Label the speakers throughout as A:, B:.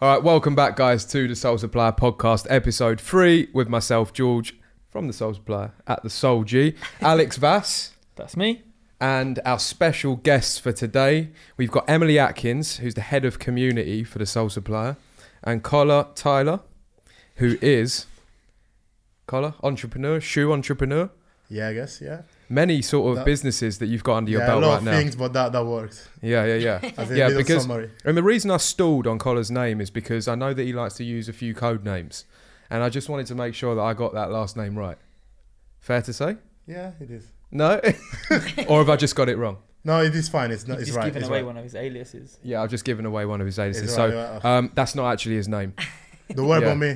A: All right, welcome back, guys, to the Soul Supplier podcast, episode three, with myself, George, from the Soul Supplier at the Soul G, Alex Vass,
B: That's me.
A: and our special guests for today. We've got Emily Atkins, who's the head of community for the Soul Supplier, and Carla Tyler, who is Carla entrepreneur, shoe entrepreneur.
C: Yeah, I guess. Yeah.
A: Many sort of
C: That-
A: businesses that you've got under your
C: yeah, a
A: belt
C: lot
A: right
C: of
A: now.
C: things, but that that works.
A: Yeah, yeah, yeah.
C: As a
A: Yeah,
C: little
A: because-
C: summary.
A: And the reason I stalled on Collar's name is because I know that he likes to use a few code names, and I just wanted to make sure that I got that last name right. Fair to say?
C: Yeah, it is.
A: No, or have I just got it wrong?
C: No, it is fine. It's not.
B: He's
C: It's
B: just
C: right.
B: given
C: it's
B: away
C: right.
B: one of his aliases.
A: Yeah, I've just given away one of his aliases,
C: It's
A: so
C: right, right.
A: um, that's not actually his name.
C: Don't worry
A: yeah.
C: about me.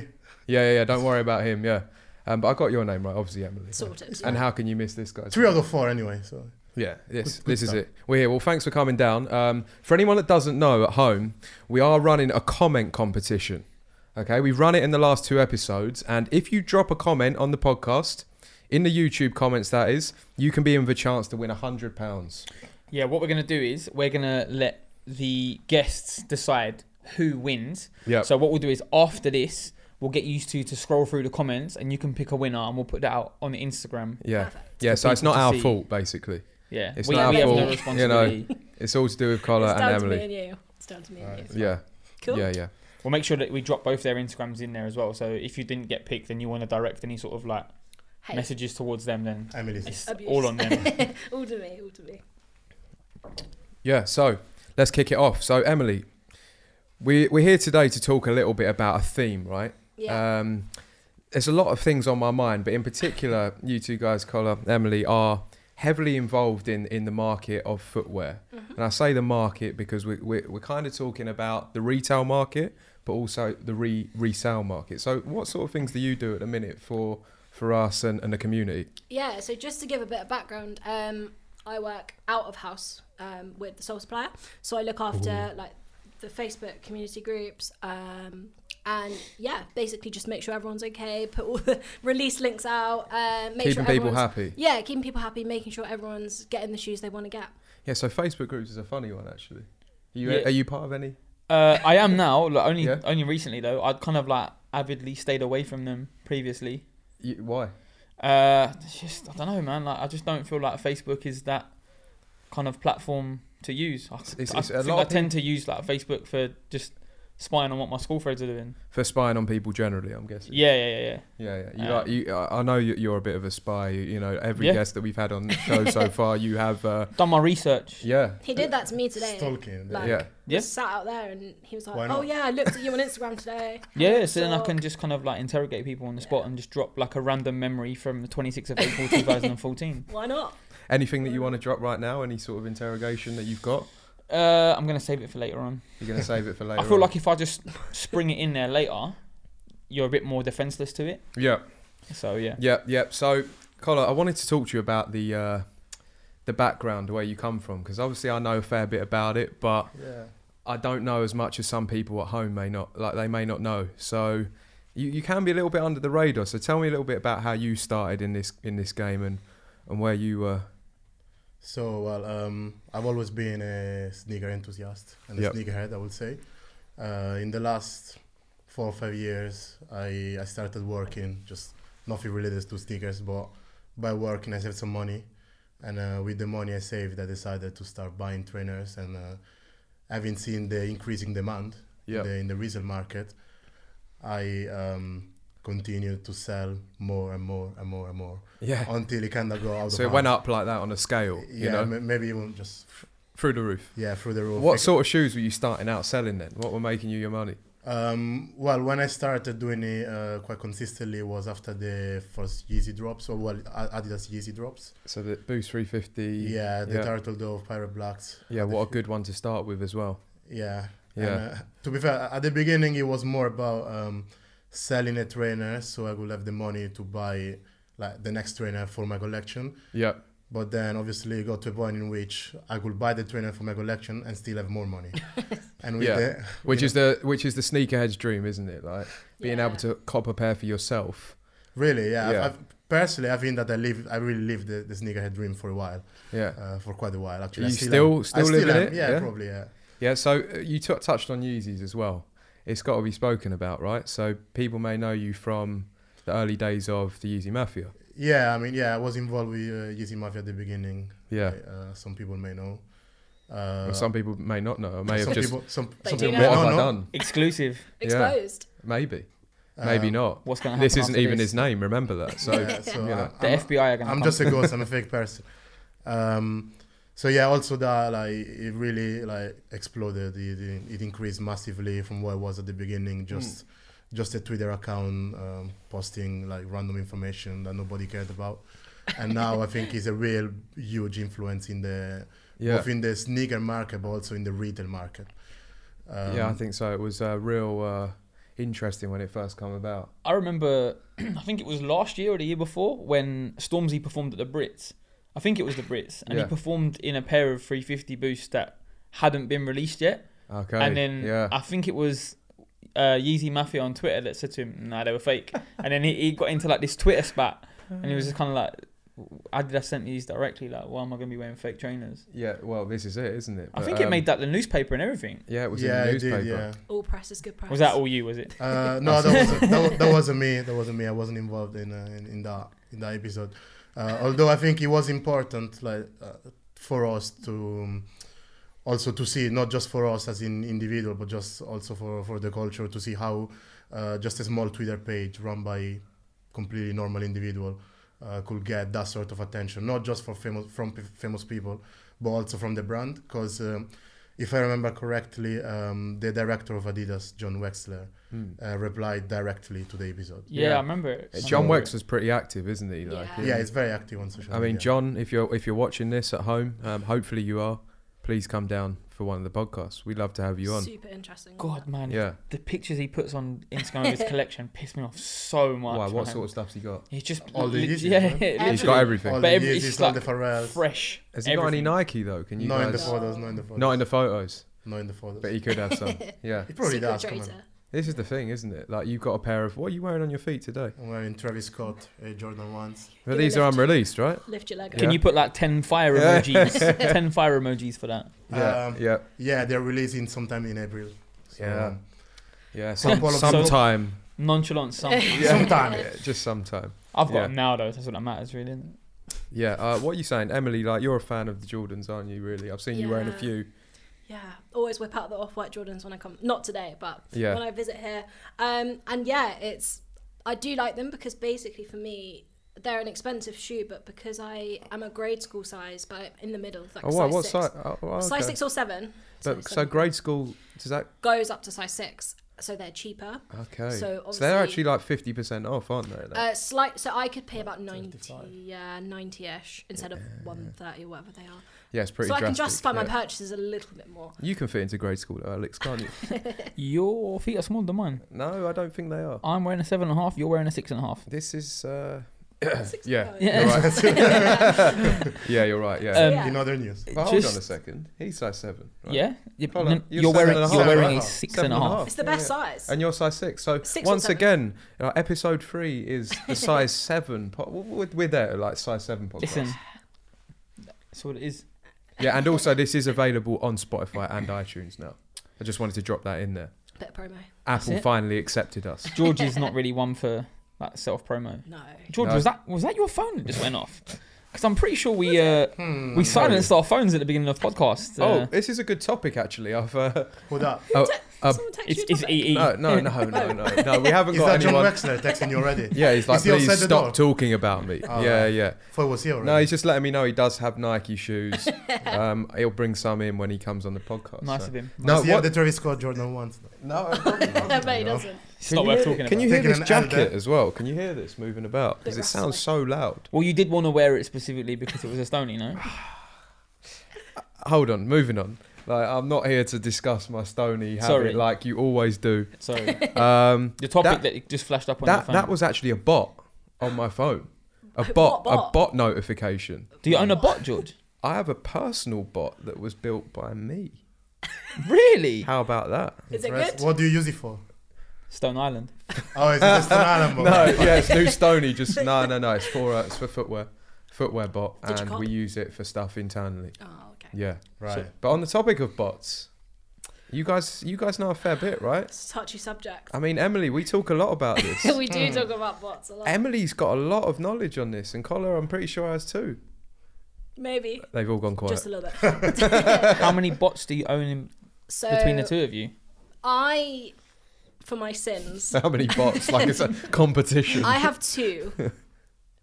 A: Yeah, yeah, yeah. Don't worry about him. Yeah, um, but I got your name right, obviously, Emily.
D: Sorted.
A: And how can you miss this, guys?
C: Three out of four, anyway. So
A: Yeah, this
C: Good- good
A: this is
C: stuff.
A: it. We're here. Well, thanks for coming down. Um, for anyone that doesn't know at home, we are running a comment competition. Okay, we've run it in the last two episodes, and if you drop a comment on the podcast, in the YouTube comments, that is, you can be in the chance to win a hundred pounds.
B: Yeah, what we're going to do is we're going to let the guests decide who wins.
A: Yeah,
B: So what we'll do is after this, we'll get used to to scroll through the comments and you can pick a winner and we'll put that out on the Instagram.
A: yeah,
D: Perfect.
A: yeah.
B: For
A: So it's
B: people
A: not
B: to
A: our
B: see.
A: fault, basically.
B: Yeah.
A: It's
B: we,
A: not
B: we
A: our
B: have
A: fault, you
B: no
A: know.
B: responsibility.
A: It's all to do with Collar
D: it's
A: and
D: down to me
A: Emily.
D: and you. It's down to me and
C: Alright.
D: you.
A: Yeah,
D: Cool.
A: yeah, yeah.
B: We'll make sure that we drop both their Instagrams in there as well. So if you didn't get picked then you want to direct any sort of like
D: Hey,
B: messages towards them, then
C: Emily's.
B: it's
D: Abuse.
B: all on them.
D: all to me, all to me.
A: Yeah, so let's kick it off. So Emily, we we're here today to talk a little bit about a theme, right?
D: Yeah.
A: Um, there's a lot of things on my mind, but in particular, you two guys, Collar, Emily, are heavily involved in, in the market of footwear.
D: Mm-hmm.
A: And I say the market because we, we're, we're kind of talking about the retail market, but also the re, resale market. So, what sort of things do you do at the minute for for us and, and the community?
D: yeah, so just to give a bit of background, um, I work out of house um, with the Soul Supplier. So I look after like the Facebook community groups. Um, and yeah, basically just make sure everyone's okay, put all the release links out, uh, make
A: Keeping
D: sure
A: people
D: everyone's-
A: happy.
D: Yeah, keeping people happy, making sure everyone's getting the shoes they want to get.
A: Yeah, so Facebook groups is a funny one, actually. Are you,
B: Yeah.
A: are you part of any?
B: Uh, I am now. Like only
A: Yeah.
B: only recently though. I'd kind of like avidly stayed away from them previously.
A: You, why?
B: Uh, it's just I don't know, man. Like I just don't feel like Facebook is that kind of platform to use. I,
A: it's
B: I
A: a
B: think
A: lot
B: I
A: of
B: tend to use like Facebook for just spying on what my school friends are doing.
A: For spying on people generally, I'm guessing.
B: Yeah, yeah, yeah, yeah.
A: Yeah, yeah. You
B: Um,
A: like, you, I I know you- you're a bit of a spy. You, you know, every
B: Yeah.
A: guest that we've had on the show so far, you have. Uh,
B: Done my research.
A: yeah.
D: He did that to me today.
C: Stalking.
D: Like-
A: yeah.
B: Yeah.
D: Just sat out there and he was
C: Why
D: like,
C: not?
D: "Oh yeah, I looked at you on Instagram today."
B: Yeah, so then I
D: So-
B: can just kind of like interrogate people on the spot
D: Yeah.
B: and just drop like a random memory from the 26th of April 2014.
D: Why not?
A: Anything that you want to drop right now? Any sort of interrogation that you've got?
B: Uh, I'm gonna save it for later on.
A: You're gonna save it for later.
B: I feel
A: on.
B: like if I just spring it in there later, you're a bit more defenseless to it.
A: Yeah.
B: So yeah,
A: Yep, yep. So, Collar, I wanted to talk to you about the uh, the background, where you come from, because obviously I know a fair bit about it, but
C: Yeah.
A: I don't know as much as some people at home may not. Like they may not know. So, you, you can be a little bit under the radar. So, tell me a little bit about how you started in this in this game and and where you uh, were.
C: So well, um, I've always been a sneaker enthusiast and a
A: Yep.
C: sneakerhead, I would say. Uh, in the last four or five years, I I started working just nothing related to sneakers, but by working I saved some money, and uh, with the money I saved, I decided to start buying trainers and uh, having seen the increasing demand
A: Yeah.
C: in, the, in the resale market, I um, continued to sell more and more and more and more
A: Yeah.
C: until it kind of got out
A: So
C: of
A: it went
C: hand.
A: up like that on a scale,
C: Yeah,
A: you know,
C: ma- maybe even just
A: through the roof.
C: yeah through the roof.
A: What
C: Like,
A: sort of shoes were you starting out selling then? What were making you your money?
C: Um, well, when I started doing it uh, quite consistently was after the first Yeezy drops, or well, A- Adidas Yeezy drops.
A: So the Boost 350.
C: Yeah, the
A: yeah.
C: Turtle Dove, Pirate Blacks.
A: Yeah, what a good one to start with as well.
C: Yeah.
A: Yeah.
C: And, uh, to be fair, at the beginning it was more about um, selling a trainer, so I would have the money to buy like the next trainer for my collection.
A: Yeah.
C: But then obviously it got to a point in which I could buy the trainer for my collection and still have more money. and with
A: Yeah.
C: the,
A: Which
C: you
A: is the which is the sneakerhead's dream, isn't it? Like being able
D: Yeah.
A: to cop a pair for yourself.
C: Really, yeah. I've-
A: Yeah.
C: I've, personally, I think that I live, I really lived the, the sneakerhead dream for a while,
A: Yeah.
C: uh, for quite a while actually.
A: Are
C: I
A: you
C: still,
A: still-
C: am. I
A: still living
C: am.
A: it?
C: Yeah,
A: Yeah?
C: probably. Yeah.
A: Yeah, so uh, you t- touched on Yeezys as well. it's got to be spoken about, right? So people may know you from the early days of the Yeezy Mafia.
C: Yeah, I mean, yeah, I was involved with uh, Yeezy Mafia at the beginning.
A: Yeah.
C: Uh, some people may know. Uh,
A: Well, some people may not know, or may
C: some
A: have just
C: people, some,
D: They
C: some
D: do
A: what
C: people may
D: know.
A: have
C: not
A: I
C: know.
A: done?
B: Exclusive.
D: Exposed.
A: Maybe, maybe
C: Um,
A: not.
B: What's going to happen?
A: This isn't
B: after
A: even
B: this?
A: his name. Remember that. So
C: yeah, so
A: you know.
C: I-
B: The
C: I'm-
B: FBI are going to.
C: I'm just a ghost. I'm a fake person. Um, so yeah, also that like it really like exploded. It, it, it increased massively from where it was at the
A: Hmm.
C: beginning. Just just a Twitter account um, posting like random information that nobody cared about. And now I think it's a real huge influence in the
A: yeah,
C: both in the sneaker market, but also in the retail market. Um,
A: yeah, I think so. It was uh, real uh, interesting when it first came about.
B: I remember, I think it was last year or the year before when Stormzy performed at the Brits. I think it was the Brits, and
A: Yeah.
B: he performed in a pair of 350 boosts that hadn't been released yet.
A: Okay.
B: and then
A: yeah,
B: I think it was uh, Yeezy Mafia on Twitter that said to him, "Nah, they were fake." and then he, he got into like this Twitter spat, and he was just kind of like, "How did I send these directly? Like, why am I going to be wearing fake trainers?"
A: yeah. Well, this is it, isn't it?
B: I
A: But,
B: think it
A: um,
B: made that the newspaper and everything.
A: Yeah, it was
C: yeah,
A: in the
C: it
A: newspaper.
C: did. Yeah.
D: All press is good press.
B: Was that all you? Was it?
C: Uh, no, that wasn't, that, wa- that wasn't me. That wasn't me. I wasn't involved in uh, in, in that in that episode. Uh, although I think it was important, like uh, for us to um, also to see not just for us as in individual, but just also for for the culture to see how uh, just a small Twitter page run by completely normal individual uh, could get that sort of attention, not just for famous from p- famous people, but also from the brand. Because um, if I remember correctly, um, the director of Adidas, John Wexler
A: Hmm.
C: uh, replied directly to the episode.
B: Yeah,
A: Yeah.
B: I remember it.
A: Uh, John
B: So-
A: Wex was pretty active, isn't he? Like,
D: Yeah.
C: Yeah, it's very active on social.
A: I mean,
C: media.
A: John, if you're if you're watching this at home, um, hopefully you are. Please come down for one of the podcasts. We'd love to have you on.
D: Super interesting.
B: God, man,
A: Yeah.
B: the pictures he puts on Instagram of his collection piss me off so much.
A: Why? What
B: man.
A: sort of Oh, stuff's he got?
B: He's just
C: All the
B: lit-
C: Yeezys,
B: yeah,
C: man.
B: literally
A: He's got
C: all
A: everything.
B: but
C: the
B: every-
C: Yeezys,
B: it's
C: all
B: like
C: the Pharrells.
B: fresh.
A: Has he got any
B: everything.
A: Nike though? Can you
C: not in the
A: guys?
C: photos. Not in the photos.
A: Not in the photos,
C: Not in the photos.
A: but he could have some. Yeah.
C: He probably
D: Secret
C: does. Come on.
D: traitor.
A: This is the thing, isn't it? Like you've got a pair of what are you wearing on your feet today?
C: I'm wearing Travis Scott uh, Jordan ones.
A: But
D: Give me
A: these
D: a
A: are
D: lift.
A: unreleased, right?
D: Lift your leg up.
B: Can
A: Yeah.
B: you put like ten fire
A: Yeah.
B: emojis? ten fire emojis for that.
A: Yeah.
C: Um,
A: yeah.
C: Yeah, they're releasing sometime in April. So,
A: Yeah. Yeah.
C: Some
A: Some,
C: ball of-
A: sometime.
B: Nonchalant some.
C: Sometime.
A: Yeah, just sometime.
B: I've got
A: Yeah.
B: them now though. That's what that matters really. Isn't it?
A: Yeah. Uh, what are you saying, Emily? Like you're a fan of the Jordans, aren't you? Really? I've seen you wearing a
D: Yeah.
A: few.
D: Yeah, always whip out the off-white Jordans when I come. Not today, but
A: Yeah.
D: when I visit here. Um, and yeah, it's I do like them because basically for me they're an expensive shoe, but because I am a grade school size, but I'm in the middle, like
A: Oh,
D: size
A: wow. What
D: six.
A: size? Oh, oh, okay.
D: Size six or seven.
A: But,
D: Size
A: so
D: seven.
A: grade school does that?
D: goes up to size six, so they're cheaper.
A: Okay.
D: So
A: they're
D: obviously-
A: actually like fifty percent off, aren't they? Like,
D: Uh, slight, so I could pay about ninety,
C: 35.
D: yeah, ninety-ish instead of one thirty or whatever they are.
A: yeah, it's pretty.
D: so I can
A: drastic,
D: justify my
A: yeah.
D: purchases a little bit more.
A: You can fit into grade school, Alex, can't you?
B: Your feet are smaller than mine.
A: no, I don't think they are.
B: I'm wearing a seven and a half. You're wearing a six and a half.
A: This is. Uh,
D: Six
A: yeah.
D: and a
B: Yeah.
A: You're right. yeah, you're right. Yeah.
B: Um,
D: Yeah.
C: In other news,
A: But hold
B: just-
A: on a second. He's size seven. Right?
B: Yeah. You,
A: Hold
B: no,
A: on. You're
B: you're wearing
A: seven and a
B: you're
C: half.
B: wearing a
C: Seven and a
B: six
A: Seven
B: and a
A: and a
B: half.
A: half.
D: It's the
A: Yeah,
D: best
A: yeah.
D: size.
A: And you're size six. So
D: Six or
A: once
D: seven.
A: again, uh, episode three is the size seven. Po- we're, we're there, like size seven podcast.
B: Listen. That's what it is.
A: Yeah, and also this is available on Spotify and iTunes now. I just wanted to drop that in there.
D: Bit of promo.
A: Apple
B: it.
A: finally accepted us.
B: George is not really one for like self promo.
D: No.
B: George,
A: No.
B: was that was that your phone that just went off? Because I'm pretty sure we uh,
C: hmm,
B: we silenced our phones at the beginning of the podcast.
A: Oh,
B: Uh,
A: this is a good topic actually. I've uh,
C: who that?
A: Uh,
D: Someone text
B: it's,
D: you a
B: it's
D: topic.
B: EE.
A: no, no, no, no, no, no. We haven't
C: Is
A: got
C: that John
A: anyone.
C: Wexler texting you already?
A: Yeah, he's like,
C: Is he outside
A: please
C: the
A: stop
C: door?"
A: talking about me.
C: Oh,
A: yeah,
C: right.
A: yeah.
C: For was he already?
A: No, he's just letting me know he does have Nike shoes. um, he'll bring some in when he comes on the podcast.
B: Nice
A: so.
B: of him.
A: No,
C: Does he have
A: what-
C: the Travis Scott Jordan ones?
A: No,
D: I bet he doesn't.
B: It's not worth
A: Can
B: talking about.
A: you hear
C: Taking
A: this
C: an elbow.
A: jacket as well? Can you hear this moving about? Because
D: Bit
A: it sounds so loud.
B: Well, you did want to wear it specifically because it was a stony, no?
A: Hold on, moving on. Like I'm not here to discuss my stony habit
B: Sorry.
A: like you always do.
B: Sorry.
A: Um,
B: The
A: That-
B: topic that, just flashed up on your
A: that
B: phone.
A: that was actually a bot on my phone. A
D: What
A: bot, a
D: bot?
A: bot notification.
B: Do you own a bot, George?
A: I have a personal bot that was built by me.
B: really?
A: How about that?
D: Is it
C: Impressed.
D: good?
C: What do you use it for?
B: Stone Island.
C: Oh, it's just an animal.
A: No, yeah, it's new Stony. Just no, no, no. It's for uh, it's for footwear, footwear bot,
D: Did you
A: and
D: cop?
A: we use it for stuff internally.
D: Oh, okay.
A: Yeah.
C: Right.
A: But on the topic of bots, You guys, you guys know a fair bit, right?
D: It's a touchy subject. Hmm.
A: I mean, Emily, we talk a lot about this.
D: we do talk about bots a lot.
A: Emily's got a lot of knowledge on this, and Collar, I'm pretty sure has too.
D: Maybe
A: They've all gone quiet.
D: just a little bit.
B: How many bots do you own in
D: So
B: between the two of you?
D: I, for my sins,
A: How many bots? Like it's a competition.
D: I have two,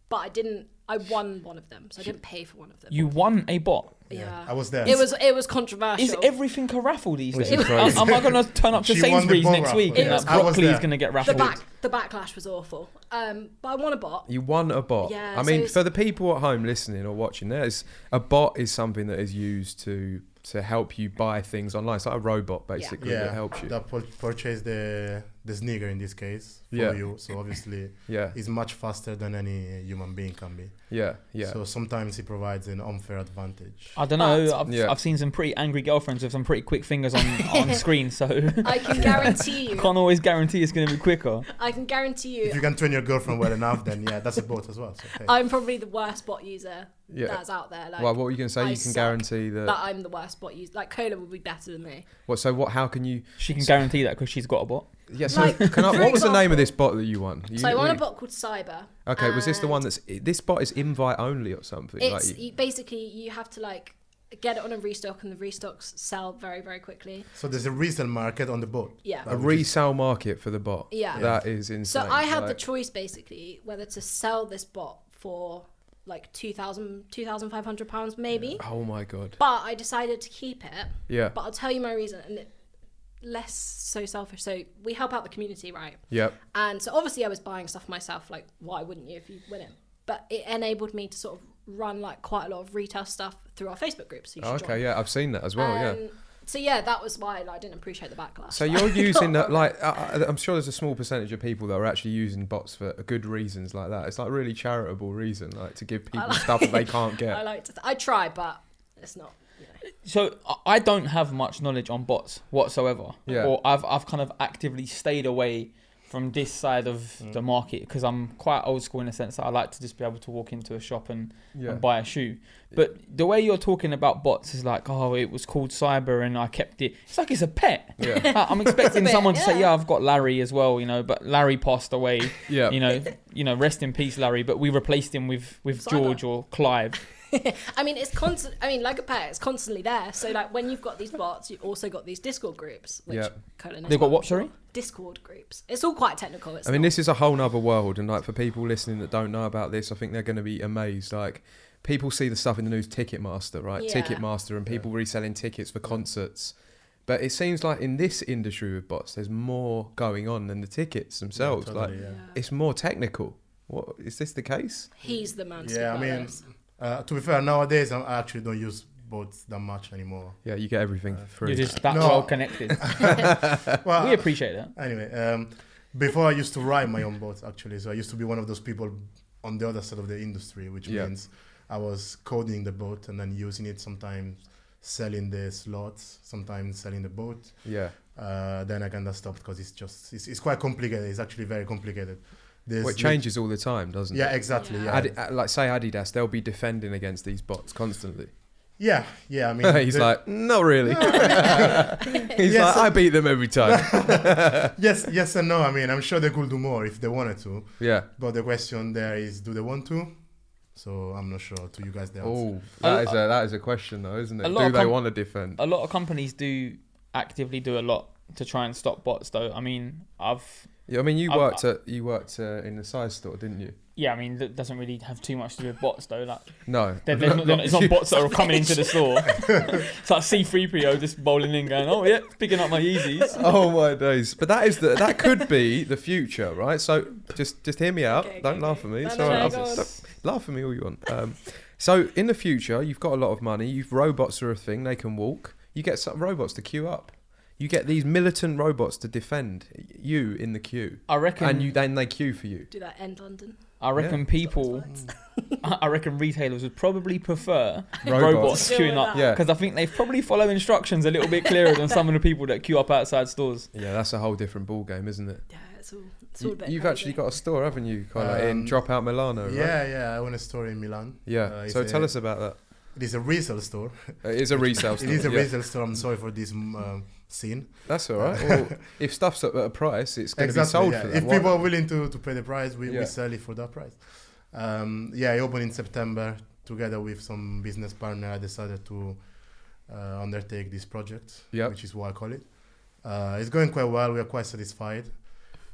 D: but I didn't. I won one of them, so I didn't pay for one of them.
B: You won a bot.
D: yeah.
C: I was there.
D: It was it was controversial.
B: Is everything a raffle these
A: Which
B: days?
A: is crazy.
B: Am I going to turn up to
C: She won the
B: Sainsbury's
C: bot
B: next
C: raffle,
B: week
D: yeah.
B: and that
C: I was
B: broccoli's
C: there.
B: going to get
D: the
B: raffled?
D: back the backlash was awful. Um, but I won a bot.
A: You won a bot.
D: Yeah,
A: I
D: so
A: mean,
D: it's-
A: for the people at home listening or watching, there's a bot is something that is used to to help you buy things online. It's like a robot basically
C: yeah,
A: that helps you.
C: That pur- purchased the the sneaker in this case for
A: Yeah.
C: you. So obviously,
A: Yeah,
C: it's much faster than any human being can be.
A: yeah, yeah.
C: So sometimes it provides an unfair advantage.
B: I don't know.
D: But-
B: I've,
A: Yeah.
B: I've seen some pretty angry girlfriends with some pretty quick fingers on, on screen, so
D: I can guarantee you.
B: can't always guarantee it's going to be quicker.
D: I can guarantee
C: If you
D: you.
C: can train your girlfriend well enough, then yeah, that's a bot as well. So, hey.
D: I'm probably the worst bot user
A: Yeah.
D: that's out there. Like
A: well, what were you going to say?
D: I
A: you can
D: suck.
A: guarantee that.
D: that, I'm the worst bot user. Like Cola would be better than me.
A: What? So what? How can you?
B: She can guarantee that because she's got a bot.
A: Yeah. So
D: Like,
A: can I,
D: for
A: what was the name of
D: example-
A: this bot that you won? You
D: So I
A: didn't
D: won a
A: really-
D: bot called Cyber.
A: Okay, was this the
D: and
A: one that's this bot is invite only or something?
D: It's e-
A: like,
D: you, basically you have to like get it on a restock, and the restocks sell very very quickly.
C: so there's a resale market on the boat.
D: Yeah.
A: a
C: That would just-
A: resale market for the bot.
D: Yeah.
A: That is insane.
D: So I had the
A: Like,
D: choice basically whether to sell this bot for like 2,000, 2,500 pounds maybe,
A: oh my god.
D: but I decided to keep it.
A: Yeah.
D: But I'll tell you my reason, and it, less so selfish. So we help out the community, right?
A: Yep.
D: And so obviously I was buying stuff myself. Like why wouldn't you if you win it? But it enabled me to sort of run like quite a lot of retail stuff through our Facebook group. So you should
A: Oh,
D: join.
A: okay. Yeah, I've seen that as well. yeah.
D: Um, So yeah, that was why like, I didn't appreciate the backlash.
A: So you're using that like I, I- I'm sure there's a small percentage of people that are actually using bots for good reasons like that. It's like really charitable reason, like to give people
D: like-
A: stuff that they can't
D: I
A: get.
D: like to. I try, but it's not. You know.
B: So I- I don't have much knowledge on bots whatsoever,
A: Yeah.
B: or I've I've kind of actively stayed away from this side of the market because I'm quite old school in the sense that I like to just be able to walk into a shop and,
A: Yeah,
B: and buy a shoe. But the way you're talking about bots is like, oh, it was called Cyber and I kept it. It's like it's a pet.
A: yeah,
B: I- I'm expecting
D: bit,
B: someone to say,
D: yeah.
B: yeah, I've got Larry as well, you know, but Larry passed away.
A: yeah.
B: You know, you know, rest in peace, Larry. But we replaced him with with
D: Cyber.
B: George or Clive.
D: I mean, it's constant. I mean, like a pet, it's constantly there. So like when you've got these bots, you also got these Discord groups. Which
A: Yeah.
D: Colin knows
B: They've got
D: about.
B: what? Sorry.
D: Discord groups. It's all quite technical. It's
A: I mean,
D: not-
A: this is a whole nother world, and like for people listening that don't know about this, I think they're going to be amazed. Like, people see the stuff in the news, Ticketmaster, right?
D: Yeah.
A: Ticketmaster, and people reselling tickets for concerts. But it seems like in this industry with bots, there's more going on than the tickets themselves.
C: totally,
A: like,
C: yeah.
A: it's more technical. What is this the case?
D: he's the man. To
C: Yeah,
D: yeah,
C: I mean, Uh, to be fair, nowadays I'm- I actually don't use boats that much anymore.
A: Yeah, Uh, you get everything for free.
B: You're just that
C: No.
B: well connected.
C: Well,
B: we appreciate that.
C: Anyway, um, before I used to ride my own boat actually, so I used to be one of those people on the other side of the industry, which
A: Yeah.
C: means I was coding the boat and then using it sometimes, selling the slots, sometimes selling the boat.
A: yeah.
C: Uh, then I kind of stopped because it's just it's, it's quite complicated. It's actually very complicated. There's
A: Well, it changes all the time, doesn't
C: Yeah,
A: it?
C: exactly.
D: Yeah.
C: Yeah,
A: Adi- uh, like say Adidas, they'll be defending against these bots constantly.
C: yeah, yeah. I mean,
A: He's
C: the-
A: like, not really. He's
C: Yeah,
A: like,
C: so-
A: I beat them every time.
C: yes, yes, and no. I mean, I'm sure they could do more if they wanted to,
A: yeah.
C: but the question there is, do they want to? So I'm not sure. To you guys, the answer.
A: Oh, that
B: A-
A: is a that is a question though, isn't it?
B: a
A: Do
B: lot
A: they
B: of com-
A: want to defend?
B: a lot of companies do actively do a lot to try and stop bots though i mean i've
A: Yeah, I mean, you
B: I-
A: worked at you worked uh, in the size store, didn't you?
B: yeah i mean that doesn't really have too much to do with bots though like
A: No.
B: they're, they're not, they're not- it's not bots that are coming into the store it's like c3po just bowling in going oh yeah picking up my yeezys
A: oh my days! But that is the that could be the future, right? So just just hear me out.
D: Okay,
A: Don't
D: okay,
A: laugh
D: okay.
A: at me.
D: No,
A: It's
D: no,
A: all
D: no,
A: right.
D: go
A: I'll-
D: on.
A: don't- Laugh at me all you want. Um, so in the future, you've got a lot of money. You've robots are a thing; they can walk. You get some robots to queue up. You get these militant robots to defend you in the queue,
B: i reckon
A: and you then they queue for you.
D: do that end London.
B: i reckon
A: Yeah.
B: people i I reckon retailers would probably prefer
A: Robots.
B: robots
D: Deal
B: queuing
D: with
B: up
D: that.
A: Yeah,
B: because i think they probably follow instructions a little bit clearer than some of the people that queue up outside stores
A: yeah, that's a whole different ball game, isn't it?
D: Yeah, it's all. It's all
A: You,
D: a bit.
A: have
D: crazy.
A: actually got a store, haven't you, Carla, in
C: Um,
A: Dropout Milano, right?
C: Yeah, yeah. I own a store in Milan.
A: Yeah.
C: Uh, it's
A: so
C: a-
A: tell us about
C: It is a resale store.
A: that. It is a resale store.
C: It is a
A: yeah.
C: resale store. I'm sorry for this um, scene.
A: That's all right. Well, if stuff's up at a price, it's going to be sold
C: yeah.
A: for that.
C: If
A: why
C: people
A: not?
C: are willing to, to pay the price, we,
A: Yeah.
C: we sell it for that price. Um, yeah, I opened in September together with some business partner. I decided to uh, undertake this project,
A: Yep.
C: which is what I call it. Uh, it's going quite well. We are quite satisfied.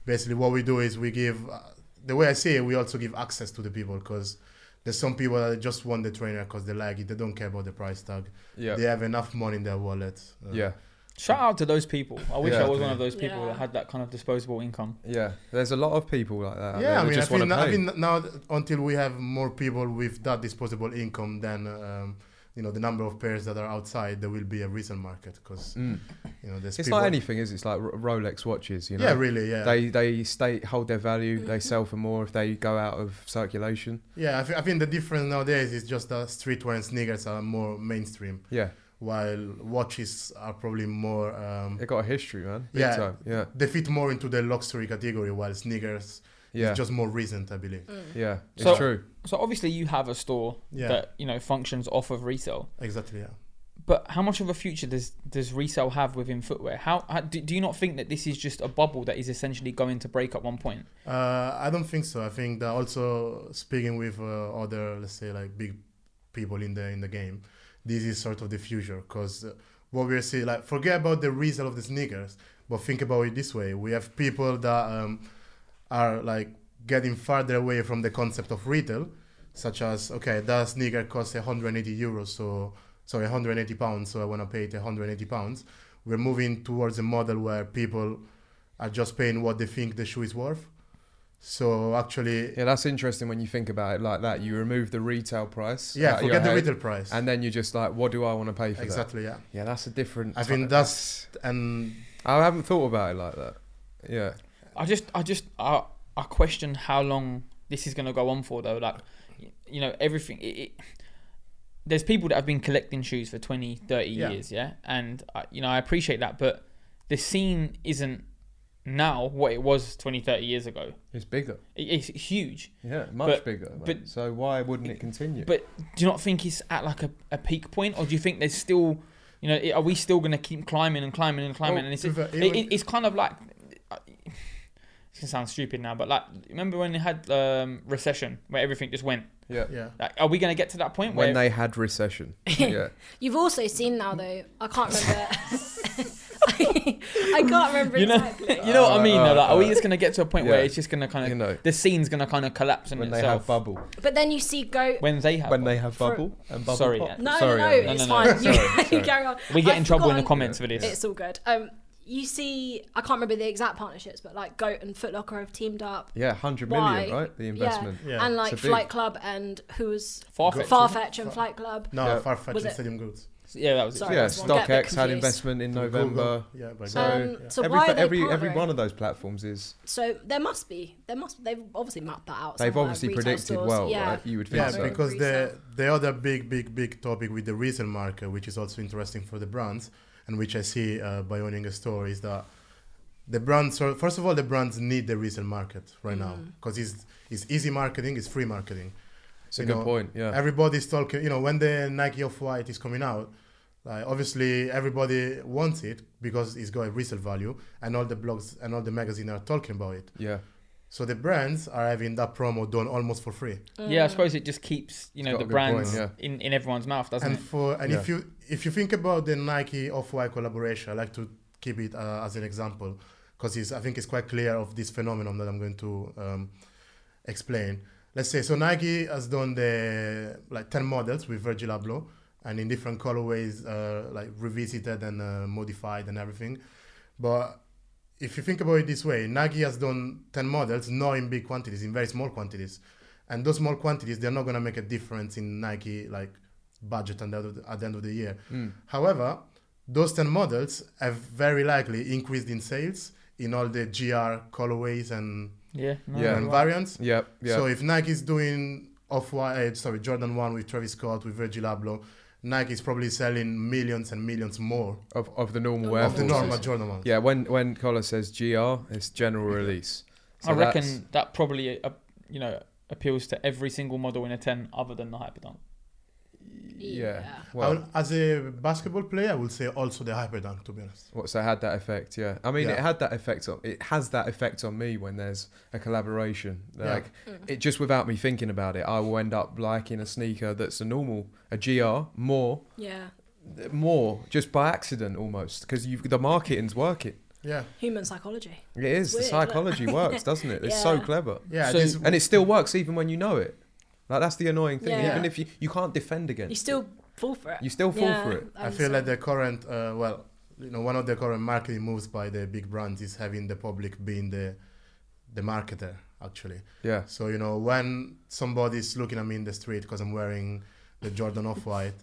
C: Basically, what we do is we give uh, the way I see it. We also give access to the people because there's some people that just want the trainer because they like it. They don't care about the price tag.
A: yeah,
C: They have enough money in their wallet. uh,
A: yeah,
B: Shout out to those people. I wish I was one
C: Exactly.
B: of those people
D: Yeah.
B: that had that kind of disposable income.
A: yeah. There's a lot of people like that. out there
C: Yeah,
A: that
C: I mean, I
A: Uh, just want
C: think,
A: to
C: I
A: pay.
C: think now th- until we have more people with that disposable income than um, you know the number of pairs that are outside, there will be a resale market because
A: Mm.
C: you know there's
A: It's
C: people.
A: like anything, is it? It's like Ro- Rolex watches. You know,
C: yeah, really, yeah,
A: they they stay hold their value. They sell for more if they go out of circulation.
C: yeah. I, thi- I think the difference nowadays is just that streetwear and sneakers are more mainstream,
A: Yeah,
C: while watches are probably more. Um,
A: they got a history, man. Big
C: Yeah.
A: time. yeah,
C: they fit more into the luxury category, while sneakers
A: yeah,
C: is just more recent, I believe.
A: yeah. It's
B: So-
A: true.
B: So obviously you have a store
C: Yeah,
B: that you know functions off of resale.
C: exactly. Yeah.
B: But how much of a future does does resale have within footwear? How, how do, do you not think that this is just a bubble that is essentially going to break at one point?
C: Uh, I don't think so. I think that also speaking with uh, other, let's say, like big people in the in the game, this is sort of the future because uh, what we're seeing, like, forget about the resale of the sneakers, but think about it this way: we have people that um, are like getting farther away from the concept of retail, such as okay, that sneaker costs 180 euros, so sorry, 180 pounds, so I want to pay it 180 pounds. We're moving towards a model where people are just paying what they think the shoe is worth. So actually, yeah,
A: Yeah, that's interesting when you think about it like that. You remove the retail price. out of your
C: forget the
A: head,
C: retail price.
A: And then you're just like, what do I want to pay for that?
C: exactly, yeah.
A: Yeah, that's a different.
C: I think
A: type-
C: that's and
A: I haven't thought about it like that. Yeah,
B: I just I just I I question how long this is going to go on for though. Like y- you know everything. It, it, there's people that have been collecting shoes for 20, 30
C: Yeah.
B: years, yeah, and I, you know I appreciate that, but the scene isn't now what it was 20, 30 years ago.
A: it's bigger.
B: It, it's huge.
A: Yeah, much
B: But-
A: bigger. mate.
B: but-
A: so why wouldn't it continue?
B: But do you not think it's at like a, a peak point, or do you think there's still, you know, i- are we still going to keep climbing and climbing and climbing?
C: Well,
B: and it's,
C: to
B: it,
C: be fair,
B: it,
C: even-
B: it's kind of like, it's gonna sound stupid now, but like, remember when they had um, recession where everything just went?
A: yeah.
C: yeah.
B: Like, are we going to get to that point
A: When
B: where
A: they had recession. yeah.
D: You've also seen now though. I can't remember. I can't remember
B: you know,
D: exactly.
B: you know what I
A: Uh,
B: mean?
A: uh,
B: though? like, are we
A: uh,
B: just going to get to a point where
A: yeah.
B: it's just going to kind of
A: You know,
B: the scene's going to kind of collapse on
A: when they have
B: itself?
A: bubble.
D: But then you see go.
B: when they have
A: When they
B: bubble.
A: have
D: For-
A: bubble and bubble
B: Sorry,
A: pop.
B: yeah.
D: No,
A: Sorry,
D: no, no,
A: Emily.
B: No, no,
D: it's
B: no,
D: fine. You,
A: sorry,
D: you
A: sorry.
D: carry on.
B: we get
D: I've
B: in trouble in the
D: forgotten-
B: comments for this.
D: It's all good. Um, you see, I can't remember the exact partnerships, but like Goat and Foot Locker have teamed up,
A: Yeah, 100 million,
D: Why?
A: right? The
D: Yeah.
A: investment.
C: Yeah.
D: and like
A: It's a big-
D: Flight Club and who was
B: Farfetch,
D: Farfetch and Flight Club.
C: No,
A: Yeah.
C: Farfetch
D: Was
C: and
D: it-
C: Stadium Goods.
B: yeah, that was
D: Sorry.
B: it.
A: Yeah,
D: that's one. Get a bit
A: StockX had
D: confused.
A: investment in
C: So
A: November.
C: Google- Yeah, by
A: So,
C: Google.
D: Um,
C: yeah.
D: so
A: every,
D: why are they
A: every, every
D: partnering?
A: one of those platforms is
D: So there must be, there must. They've obviously mapped that out.
A: they've
D: somewhere,
A: obviously
D: retail
A: predicted
D: stores.
A: well,
D: Yeah.
A: right? You would think
C: Yeah,
A: so.
C: because the
D: Resale.
C: the other big, big, big topic with the resale market, which is also interesting for the brands, and which I see uh, by owning a store, is that the brands. So first of all, the brands need the resale market right now
B: Mm.
C: because it's it's easy marketing, it's free marketing.
A: It's a
C: you
A: good
C: know,
A: point. Yeah.
C: Everybody's talking. You know, when the Nike Off White is coming out, like obviously everybody wants it because it's got a resale value, and all the blogs and all the magazines are talking about it.
A: yeah.
C: So the brands are having that promo done almost for free.
B: Yeah, I suppose it just keeps you know
A: got
B: the
A: a good point,
B: brands
A: yeah.
B: in, in everyone's mouth, doesn't
C: and
B: it?
C: for and if
A: Yeah.
C: you if you think about the Nike Off White collaboration, I like to keep it uh, as an example because it's I think it's quite clear of this phenomenon that I'm going to um, explain. Let's say so Nike has done the like ten models with Virgil Abloh and in different colorways, uh, like revisited and uh, modified and everything. But if you think about it this way, Nike has done 10 models, not in big quantities, in very small quantities. And those small quantities, they're not going to make a difference in Nike like budget at the, end of the- at the end of the year.
A: Mm.
C: However, those 10 models have very likely increased in sales in all the GR colorways and,
B: Yeah, no,
A: Yeah.
B: you're
C: and
B: right.
C: variants.
A: Yep. Yeah.
C: So if Nike's doing off white, sorry, Jordan 1 with Travis Scott, with Virgil Abloh, Nike's probably selling millions and millions more
A: of, of the normal
D: Of
A: Air
C: of the
A: Forces.
C: normal Jordan 1.
A: Yeah, when when Collar says GR, it's general release. So
B: I
A: that's-
B: reckon that probably uh, you know appeals to every single model in a ten other than the Hyperdunk.
A: Yeah.
D: Yeah.
A: Well,
C: I will, as a basketball player, I would say also the hyperdunk, to be honest.
A: What so it had that effect, yeah. I mean, it
C: Yeah.
A: had that effect on. It has that effect on me when there's a collaboration.
C: Yeah.
A: Like it just without me thinking about it, I will end up liking a sneaker that's a normal, a GR more,
D: Yeah.
A: more just by accident almost because you've the marketing's working.
C: Yeah,
D: Human psychology.
A: It is
D: Weird,
A: the
D: like-
A: psychology works, doesn't it? It's so
D: Yeah.
A: clever,
C: yeah.
B: So-
C: this,
A: and it still works even when you know it. Like that's the annoying thing.
D: Yeah.
A: Even if you you can't defend against,
D: You
A: it.
D: still fall for it.
A: you still fall
D: Yeah,
A: for it.
C: I feel
D: understand.
C: like the current, uh, well, you know, one of the current marketing moves by the big brands is having the public being the the marketer actually.
A: Yeah,
C: So you know, when somebody's looking at me in the street because I'm wearing the Jordan Off White,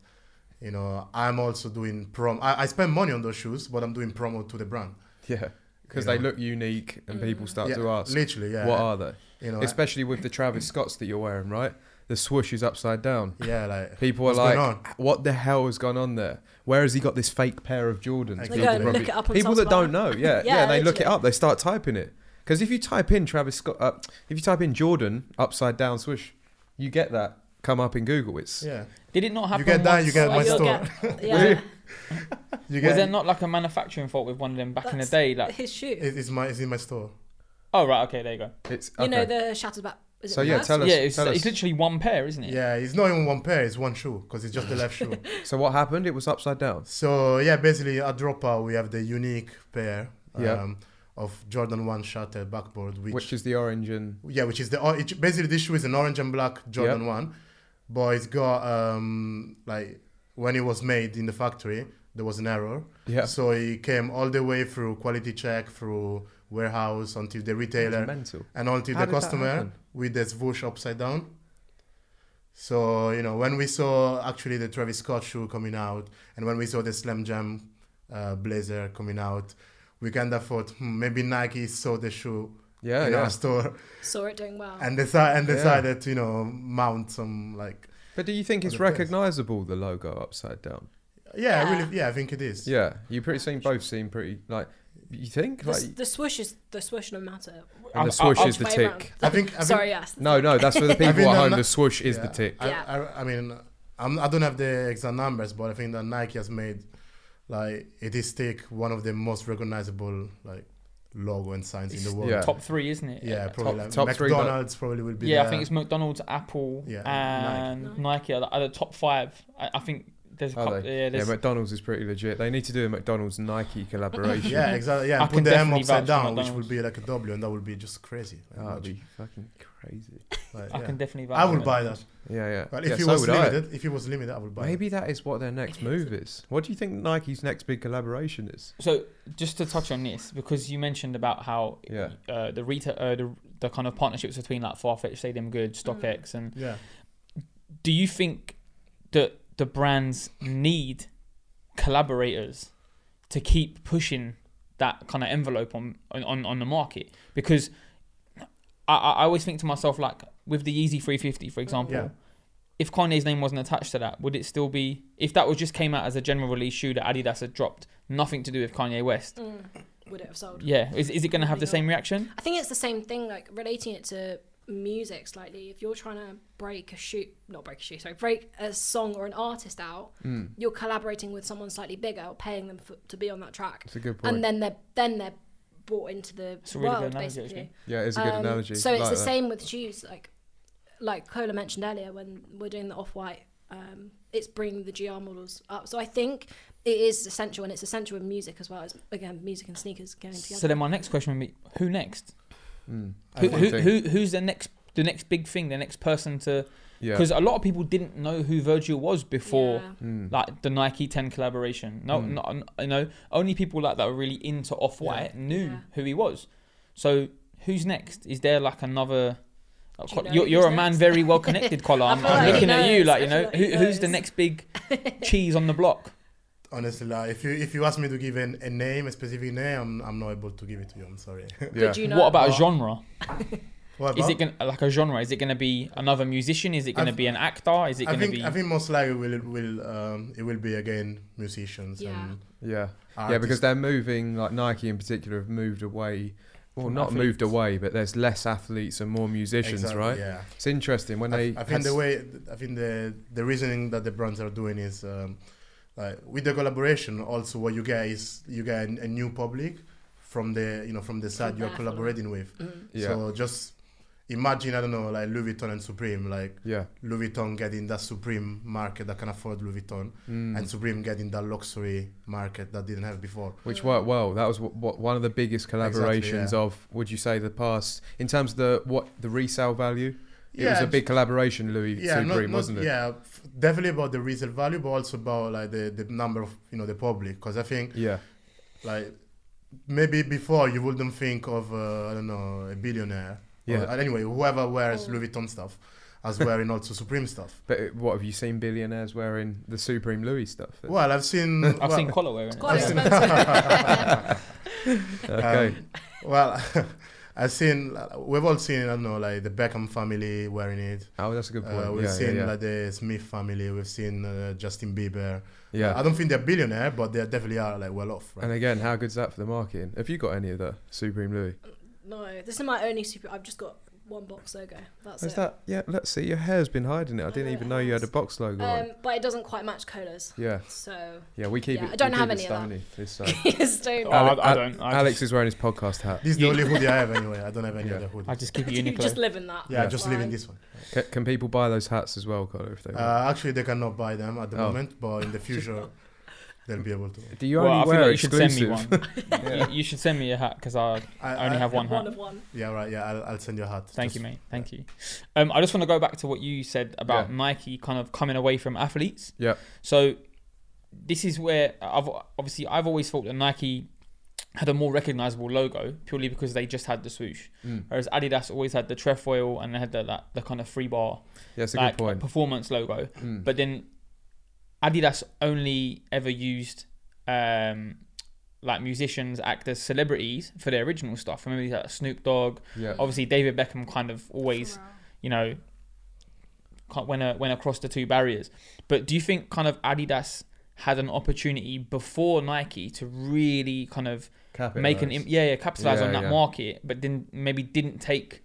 C: you know, I'm also doing prom. I, I spend money on those shoes, but I'm doing promo to the brand.
A: yeah. Because
C: You
A: they
C: know.
A: look unique,
D: Mm.
A: and people start
C: yeah,
A: to ask,
C: literally, yeah.
A: "What are they?"
C: you know,
A: especially with the Travis Scotts that you're wearing, right? The swoosh is upside down.
C: yeah, like
A: People are
C: What's going
A: like, "What the hell has gone on there? Where has he got this fake pair of Jordans?"
C: They
A: that
C: go
A: you
C: and
A: can
D: look it up on
A: people that
D: Salsbar.
A: don't know, yeah, yeah,
D: Yeah,
A: they look it
D: literally.
A: up. They start typing it because if you type in Travis Scott, uh, if you type in Jordan upside down swoosh, you get that come up in Google. It's
C: yeah,
B: Did it not happen?
C: you get that,
B: once-
C: you get
D: Well,
C: my
D: you'll
C: store.
D: get- yeah.
B: Was
C: You get
B: there not like a manufacturing fault with one of them back in the
D: That's-
B: day? Like,
D: His shoe.
C: it, it's my it's in my store.
B: oh right, okay, there you go.
A: it's okay.
D: You know the shattered back. Is it
A: So, yeah,
D: reversed?
A: tell us-
B: yeah, it's,
A: tell us.
B: it's literally one pair, isn't it?
C: Yeah, it's not even one pair; it's one shoe because it's just the left shoe.
A: so what happened? It was upside down.
C: So yeah, basically at Dropout we have the unique pair um,
A: Yeah.
C: of Jordan One shattered backboard, which,
A: Which, is the orange and
C: yeah, which is the or- it, basically this shoe is an orange and black Jordan One, but it's got um like when it was made in the factory there was an error,
A: yeah,
C: so it came all the way through quality check through warehouse until the
A: It was
C: retailer
A: mental.
C: and until
A: How
C: the
A: did that
C: customer
A: happen?
C: with the swoosh upside down. So you know when we saw actually the Travis Scott shoe coming out, and when we saw the Slam Jam uh, blazer coming out, we kind of thought hmm, maybe Nike saw the shoe
A: Yeah,
C: in
A: yeah.
C: our store
D: Saw it doing well.
C: and deci- and
A: Yeah.
C: decided to you know mount some like
A: But do you think
C: Oh,
A: it's
C: the place.
A: recognizable the logo upside down?
C: yeah,
D: Yeah.
C: really yeah I think it is
A: Yeah, you pretty seem both seem pretty like you think
D: the,
A: like
D: s- the swoosh is the swoosh no matter.
B: I-
A: and
B: I-
A: the swoosh
B: I-
A: is the
D: way
A: tick.
D: round.
C: I think I think-
D: Sorry, yes.
A: No, no, that's for the people
C: I mean,
A: at
C: I'm
A: home.
C: not-
A: the swoosh is the
C: Yeah.
A: tick.
C: I,
D: Yeah.
C: I, I mean, I'm, I don't have the exact numbers, but I think that Nike has made like it is stick one of the most recognizable like logo and signs in
B: It's
C: the world.
A: Yeah.
B: Top three, isn't it?
C: Yeah, probably
A: top-
C: like
A: top three, but-
C: McDonald's probably will be.
B: Yeah, I
C: there.
B: think it's McDonald's, Apple,
C: Yeah,
B: and
D: Nike.
B: Nike. are, the, are the top five. I, I think there's a
A: Are
B: couple.
A: they?
B: Yeah,
A: Yeah,
B: there's,
A: McDonald's is pretty legit. They need to do a McDonald's Nike collaboration.
C: Yeah, exactly. Yeah,
B: I
C: and
B: can
C: put the M
B: definitely
C: upside
B: vouch for
C: down, which would
B: McDonald's. Ah,
C: be like a W, and that would be just crazy. Like,
A: that'd
C: imagine.
A: be fucking crazy.
C: Like,
B: I
C: yeah.
B: can definitely.
C: I
B: vouch for
C: would buy that.
A: Yeah, yeah.
C: But
A: yeah,
C: if it
A: so
C: was
A: would I.
C: limited, if it was limited, I would buy.
A: Maybe that is what their next move is. What do you think Nike's next big collaboration is?
B: So just to touch on this, because you mentioned about how
A: Yeah.
B: uh, the retail, uh, the, the kind of partnerships between like Farfetch, Stadium Goods, StockX, and
C: It. Yeah.
B: do you think that the brands need collaborators to keep pushing that kind of envelope on on, on the market? Because I, I I always think to myself like with the Yeezy 350, for example,
C: Yeah.
B: if Kanye's name wasn't attached to that, would it still be if that was just came out as a general release shoe that Adidas had dropped, nothing to do with Kanye West?
D: Mm, would it have sold?
B: Yeah, is is it going to have the same reaction?
D: I think it's the same thing, like relating it to music slightly. If you're trying to break a shoot, not break a shoot, sorry, break a song or an artist out,
C: Hmm.
A: Mm,
D: you're collaborating with someone slightly bigger, or paying them for, to be on that track,
A: it's a good point.
D: and then they're then they're brought into the
B: It's a really good
D: world
B: analogy,
D: basically.
B: actually.
A: yeah, it's a good
D: Um,
A: analogy.
D: So it's
A: Like
D: the
A: that.
D: same with shoes, like like Cola mentioned earlier when we're doing the off white. Um, it's bringing the GR models up. So I think it is essential, and it's essential in music as well. It's, again, music and sneakers going together.
B: So then my next question would be, who next?
A: Mm, I
B: Who,
A: think-
B: who, who who's the next the next big thing, the next person to
A: yeah.
B: because a lot of people didn't know who Virgil was before
D: Yeah.
A: Mm,
B: like the Nike 10 collaboration. No,
A: Mm.
B: not you know, only people like that were really into Off White knew
D: Yeah.
B: who he was. So who's next? Is there like another?
D: Do you know
B: You are you're
D: who's
B: a man
D: next?
B: very well connected, Collar.
D: I
B: I'm,
D: feel
B: I'm
C: like he
B: looking at you
D: knows.
B: like you
D: I feel
B: know
D: like
B: who,
D: he
B: who's the
D: knows.
B: next big cheese on the block?
C: Honestly, like, if you if you ask me to give an, a name, a specific name, I'm, I'm not able to give it to you. I'm sorry.
A: yeah.
D: But you know,
B: what about a
C: Well,
B: genre?
C: what
B: Is
C: about-
B: it gonna, like a genre? Is it going to be another musician? Is it going to
C: I've-
B: be an actor? Is it
C: I
B: going to
C: think
B: be
C: I think most likely will will um, it will be again musicians
D: Yeah.
C: and
A: yeah.
C: artists.
A: Yeah, because they're moving, like Nike in particular, have moved away well,
B: From
A: not
B: athletes.
A: moved away, but there's less athletes and more musicians,
C: Exactly,
A: right?
C: Yeah.
A: It's interesting when
C: I,
A: they.
C: I think
A: had
C: the
A: s-
C: way I think the the reasoning that the brands are doing is um, like with the collaboration also what you get is you get a, a new public from the you know from the side
D: From
C: you're
D: their
C: collaborating with.
D: Mm.
A: Yeah.
C: So just imagine I don't know like Louis Vuitton and Supreme like
A: yeah.
C: Louis Vuitton getting that Supreme market that can afford Louis Vuitton
A: Mm.
C: and Supreme getting that luxury market that didn't have before.
A: Which worked well. That was what, what, one of the biggest collaborations
C: Exactly,
A: of. Would you say the past in terms of the what the resale value? It was a
C: j-
A: big collaboration, Louis Supreme, wasn't it?
C: Yeah, f- definitely about the resale value, but also about like the, the number of you know the public. Because I think
A: Yeah.
C: like maybe before you wouldn't think of uh, I don't know a billionaire.
A: Yeah.
C: Or, anyway, whoever wears
D: Oh.
C: Louis Vuitton stuff, as wearing also Supreme stuff.
A: But it- what have you seen billionaires wearing the Supreme Louis stuff? then?
C: Well, I've seen.
B: I've
C: well,
B: seen collar wearing it.
D: Quite
C: I've seen-
D: expensive.
A: okay.
C: Um, well, I've seen. We've all seen. I don't know, like the Beckham family wearing it.
A: oh, that's a good point.
C: Uh, we've
A: yeah,
C: seen
A: yeah, yeah.
C: like the Smith family. We've seen uh, Justin Bieber.
A: Yeah.
C: I don't think they're billionaire, but they definitely are like well off. Right?
A: And again, how good's that for the marketing? Have you got any of the Supreme Louis?
D: no, this is my only super. I've just got one box logo. That's
A: Is
D: it.
A: that? Yeah. Let's see. Your hair's been hiding it. I
D: I
A: didn't
D: know
A: even
D: it
A: know you had a
D: has.
A: box logo on.
D: Um, but it doesn't quite match colors.
A: Yeah.
D: So
A: Yeah. We keep
D: yeah,
A: it.
D: I don't
A: we
D: have
A: keep it
D: any of
A: stony, this side.
B: Oh,
D: stone.
A: Ale-
B: I, I
A: Al-
B: don't. I
A: Alex
B: just,
A: is wearing his podcast hat.
C: This is the
B: You-
C: only hoodie I have anyway. I don't have any
A: Yeah.
C: other hoodie.
B: I just give you
D: you
B: Uniqlo.
D: just live in that.
C: yeah,
A: Yeah.
C: I just live in
D: Fine.
C: this one.
A: Ca can people buy those hats as well, Connor? If they want?
C: Uh, actually, they cannot buy them at the
A: Oh.
C: moment, but in the future, they'll be able to.
A: Do you
B: well,
A: only
B: I feel
A: wear
B: like you should
A: exclusive?
B: send me one. you, you should send me a hat uh, because I,
C: I,
B: I only have one hat.
D: One of one.
C: Yeah, right. Yeah, I'll, I'll send you a hat.
B: Thank
C: Just-
B: you, mate. Thank you. Um, I just want to go back to what you said about Nike kind of coming away from athletes.
A: Yeah.
B: So this is where I've obviously I've always thought that Nike had a more recognizable logo purely because they just had the swoosh,
A: Mm.
B: whereas Adidas always had the trefoil and they had the, that the kind of free bar
A: Yeah, it's a
B: like
A: good point.
B: performance logo.
A: Mm.
B: But then Adidas only ever used um, like musicians, actors, celebrities for their original stuff. I remember like Snoop Dogg.
A: yeah,
B: Obviously, David Beckham kind of always you know, ca- when a, when across the two barriers. But do you think kind of Adidas had an opportunity before Nike to really kind of
A: Cap it
B: make an
A: nice.
B: im- yeah yeah capitalize
A: Yeah,
B: on that
A: yeah.
B: market, but then maybe didn't take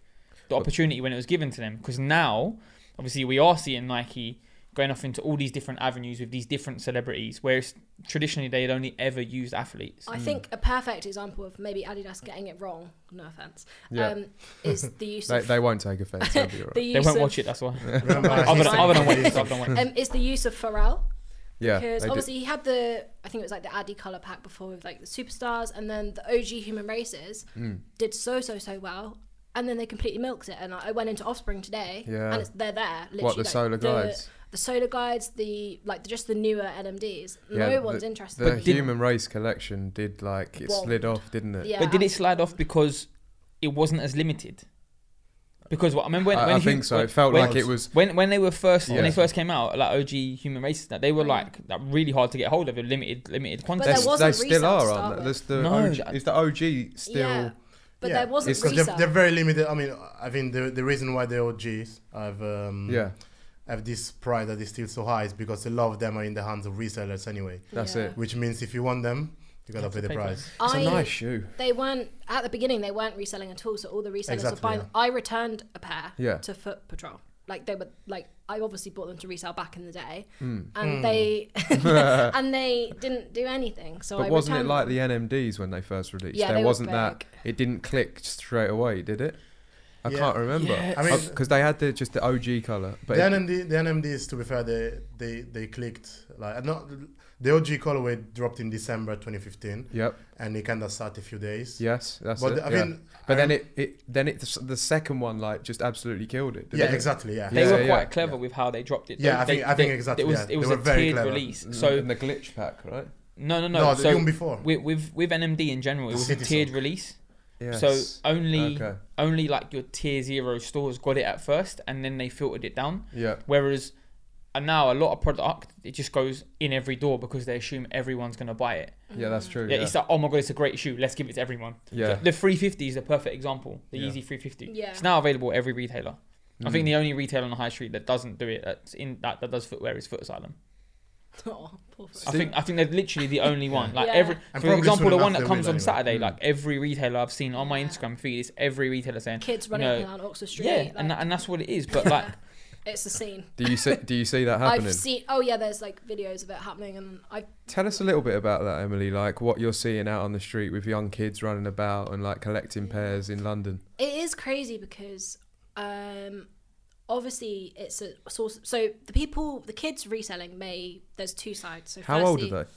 B: the opportunity when it was given to them? Because now, obviously, we are seeing Nike going off into all these different avenues with these different celebrities, whereas traditionally they had only ever used athletes.
A: Mm.
D: I think a perfect example of maybe Adidas getting it wrong. No offense.
A: Yeah.
D: Um, is the use
A: they,
D: of
A: they won't take offence. they'll be all
D: the
A: right.
B: They
D: use
B: won't
D: of,
B: watch it. That's why.
C: Remember, I
B: Other
C: used
B: than
C: to-
B: other than Wales, other than Wales.
D: Um, is the use of Pharrell
A: Yeah,
D: because
A: they do.
D: obviously he had the I think it was like the Addy color pack before with like the superstars, and then the OG Human Races
A: Mm.
D: did so so so well, and then they completely milked it. And I I went into Offspring today,
A: Yeah.
D: and it's, they're there. Literally,
A: What the
D: like,
A: solar
D: the,
A: guides?
D: the solar guides, the like just the newer NMDs.
A: Yeah,
D: no
A: the-
D: one's interested.
A: The
B: But did-
A: human race collection did like it slid off, didn't it?
D: yeah,
B: But did it slide off because it wasn't as limited? Because what I remember when,
A: I,
B: when
A: I
B: Hum-
A: think so.
B: when-
A: it felt
B: when-
A: like it was.
B: when when they were first when
A: Yeah.
B: they first came out, like OG human races, that they were like that really hard to get hold of, a limited limited
D: But
A: They,
D: there
A: s-
B: quantity.
D: was-
A: they
D: wasn't
A: still
D: resale
A: are,
D: to
A: aren't
D: start
A: they? There's
D: with.
A: the
B: No,
A: OG, is the OG still?
D: yeah, but
C: Yeah,
D: there wasn't
C: because they're,
D: resale.
C: they're very limited. I mean, I think the, the reason why the OGs have um,
A: Yeah,
C: have this pride that is still so high is because a lot of them are in the hands of resellers anyway.
A: that's
D: Yeah.
A: it.
C: Which means if you want them, you gotta pay the
B: Pay for it.
C: price.
A: It's
D: I-
A: a nice shoe.
D: They weren't at the beginning. They weren't reselling at all. So all the resellers
C: Exactly,
D: were buying.
C: yeah.
D: I returned a pair
A: Yeah.
D: to Foot Patrol. Like they were like I obviously bought them to resell back in the day,
A: Hmm.
B: Hmm.
D: and they and they didn't do anything. So
A: But
D: I
A: wasn't it
D: returned
A: like
D: them.
A: the NMDs when they first released?
D: Yeah,
A: there
D: they were
A: wasn't that.
D: big.
A: It didn't click straight away, did it? I
C: Yeah.
A: can't remember.
B: Yeah.
C: I mean-
A: because they had the just the OG color, but
C: the
A: it-
C: NMD, the NMDs, to be fair, they they they clicked like not the OG colorway dropped in December 2015,
A: yep,
C: and it kind of sat a few days.
A: yes, that's
C: but
A: it.
C: I
A: yeah.
C: mean, um,
A: But
C: I
A: then
C: rem-
A: it, it then it the second one like just absolutely killed it.
C: yeah,
A: didn't it?
C: exactly, yeah,
B: They
A: Yeah,
B: were
A: yeah,
B: quite
A: yeah.
B: clever with how they dropped it.
C: Yeah, I
B: They-
C: think- I
B: they-
C: think
B: they-
C: exactly,
B: It was,
C: yeah.
B: it was
C: They
B: a
C: were very
B: tiered
C: clever. Mm-hmm.
B: release.
A: Mm,
B: So
A: and the glitch pack, right?
B: no, no,
C: No,
B: no.
C: the
B: so
C: one before.
B: with, with with NMD in general, it was a
C: City
B: tiered
C: Song.
B: release.
A: Yes.
B: So only
A: okay,
B: only like your tier zero stores got it at first, and then they filtered it down.
A: yeah,
B: Whereas and now a lot of product, it just goes in every door because they assume everyone's going to buy it.
A: yeah, that's
D: Mm.
A: true.
B: Yeah, it's like, oh my God, it's a great shoe. Let's give it to everyone.
A: Yeah.
B: The 350 is a perfect example. The
C: Yeah.
B: Yeezy 350.
D: Yeah.
B: It's now available at every retailer.
A: Mm.
B: I think the only retailer on the high street that doesn't do it, that's in that, that does footwear, is Foot Asylum.
D: oh, poor Fred.
B: I think I think they're literally the only one. Like
D: Yeah.
B: every,
C: And
B: for
C: probably
B: example,
C: soon
B: the one
C: enough
B: that
C: they
B: comes
C: will
B: on
C: anyway.
B: Saturday,
C: Mm.
B: like every retailer I've seen on my
D: Yeah.
B: Instagram feed, it's every retailer saying,
D: Kids
B: you
D: running
B: know,
D: up and down Oxford Street.
B: yeah,
D: like,
B: and that, and that's what it is. But like,
D: it's a scene.
A: Do you see? Do you see that happening?
D: I've seen. Oh yeah, there's like videos of it happening, and I
A: Tell us a little bit about that, Emily. Like what you're seeing out on the street with young kids running about and like collecting pears in London.
D: it is crazy because um obviously it's a source so the people the kids reselling may there's two sides so
A: How old
D: firstly,
A: are they?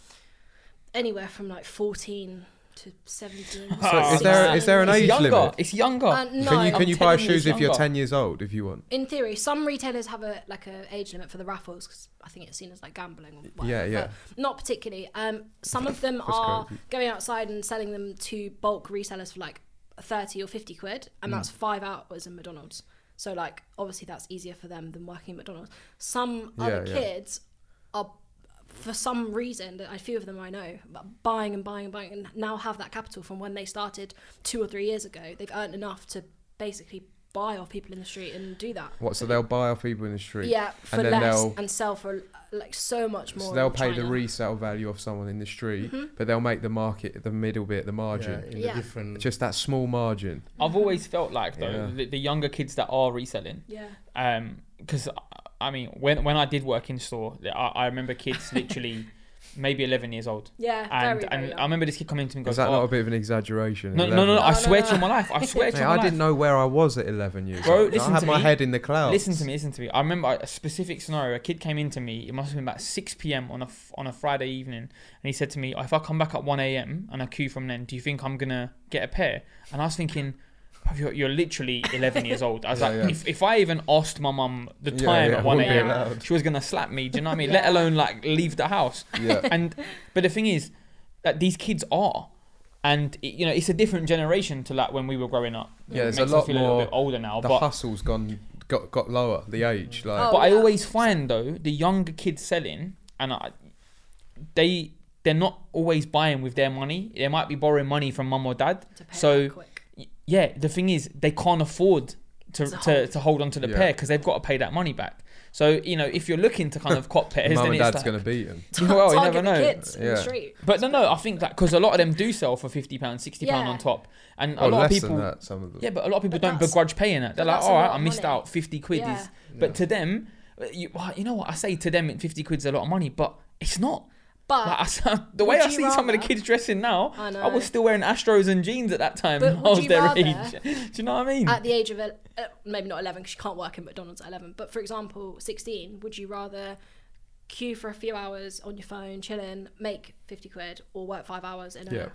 D: anywhere from like 14 to 17
A: So is there is there an
B: it's
A: age
B: younger.
A: limit?
B: It's younger.
D: uh, no
A: can you can
B: I'm
A: you buy
B: telling you
A: shoes
B: it's
A: if you're
B: younger.
A: ten years old if you want?
D: in theory some retailers have a like a age limit for the raffles 'cause i think it's seen as like gambling or whatever,
A: Yeah, yeah.
D: but not particularly um some of them
A: That's
D: are
A: crazy.
D: going outside and selling them to bulk resellers for like 30 or 50 quid and
A: Hmm.
D: that's five hours in mcdonald's so like obviously that's easier for them than working at mcdonald's some other
A: Yeah, yeah.
D: kids are for some reason that a few of them i know but buying and buying and buying and now have that capital from when they started two or three years ago they've earned enough to basically buy off people in the street and do that
A: What? So they'll buy off people in the street.
D: yeah, for
A: then
D: less
A: they'll-
D: and sell for like so much more.
A: So they'll
D: in
A: pay the
D: China. Mm-hmm.
A: resale value of someone in the street, but they'll make the market the middle bit, the
C: yeah,
A: margin,
C: in
D: Yeah.
C: the different.
A: just that small margin.
B: I've always felt like though
A: Yeah.
B: the, the younger kids that are reselling,
D: Yeah,
B: um, because I mean when when I did work in store, I, I remember kids literally maybe 11 years old,
D: yeah,
B: and
D: very,
B: and
D: very
B: I
D: young.
B: remember this kid coming to me and
A: Is
B: goes,
A: that
B: "Oh,
A: not a bit of an exaggeration?
B: no, no,
A: 11?
B: no, no, I
D: No,
B: swear
D: no,
B: to you on
D: no.
B: my life, I swear to
A: Mate,
B: you on
A: I
B: my life.
A: didn't know where I was at 11 years
B: Bro,
A: old.
B: listen
A: I had
B: to
A: my
B: me.
A: head in the clouds.
B: Listen to me, listen to me. I remember a specific scenario. A kid came in to me. It must have been about six p.m. on a f- on a Friday evening, and he said to me, "If I come back at one a.m. and I queue from then, do you think I'm gonna get a pair?" And I was thinking. "Bruv, You're, you're literally 11 years old. I was
A: Yeah,
B: like,
A: yeah.
B: If, if I even asked my mum the
A: Yeah,
B: time
A: yeah,
B: at
A: it
B: 1
A: wouldn't be
B: a.m.,
A: allowed.
B: she was going to slap me. Do you know what I mean? Let alone like leave the house
A: Yeah.
B: and but the thing is that these kids are and it, you know it's a different generation to like when we were growing up
A: Yeah,
B: It
A: there's a
B: makes
A: lot
B: us feel a little
A: more-
B: bit older now
A: The
B: but
A: hustle's gone, got, got lower, the age. Like,
B: but i
D: Oh, yeah.
B: always find though the younger kids selling and I, they they're not always buying with their money they might be borrowing money from mum or dad
D: To pay
B: so
D: that quick.
B: y- yeah the thing is they can't afford to,
D: To
B: to,
D: hold.
B: to hold on to the
A: Yeah.
B: pair because they've got to pay that money back so you know if you're looking to kind of cop pairs
A: mum
B: then
A: and
B: it's
A: dad's
B: like,
A: going to beat them.
B: well, you
D: Target
B: never
D: the
B: know
D: kids in
A: Yeah.
D: the street.
B: But no, no, I think that because a lot of them do sell for fifty pounds, sixty pound
D: Yeah.
B: on top, and
A: Or
B: a lot
A: Oh, less
B: of people.
A: than that, some of them.
B: Yeah, but a lot of people
D: But
B: don't
D: that's-
B: begrudge paying it. They're
D: but
B: like,
D: that's a
B: all right,
D: lot
B: I
D: of
B: missed
D: money."
B: out fifty quid
D: Yeah.
B: is. But to them, you, well, you know what I say to them, fifty quid's a lot of money, but it's not.
D: But
B: Like, I s- the way
D: Uh, would
B: I
D: you
B: see some of the
D: rather-
B: kids dressing now,
D: I
B: I,
D: know.
B: was still wearing Astros and jeans at that time.
D: But
B: when I
D: would
B: was
D: you
B: their
D: rather-
B: age. Do you know what I
A: Hmm.
B: mean?
D: at the age of el- uh, maybe not 11 because you can't work in McDonald's at 11 but for example 16 would you rather queue for a few hours on your phone chilling make 50 quid or work five hours in a
A: Yeah.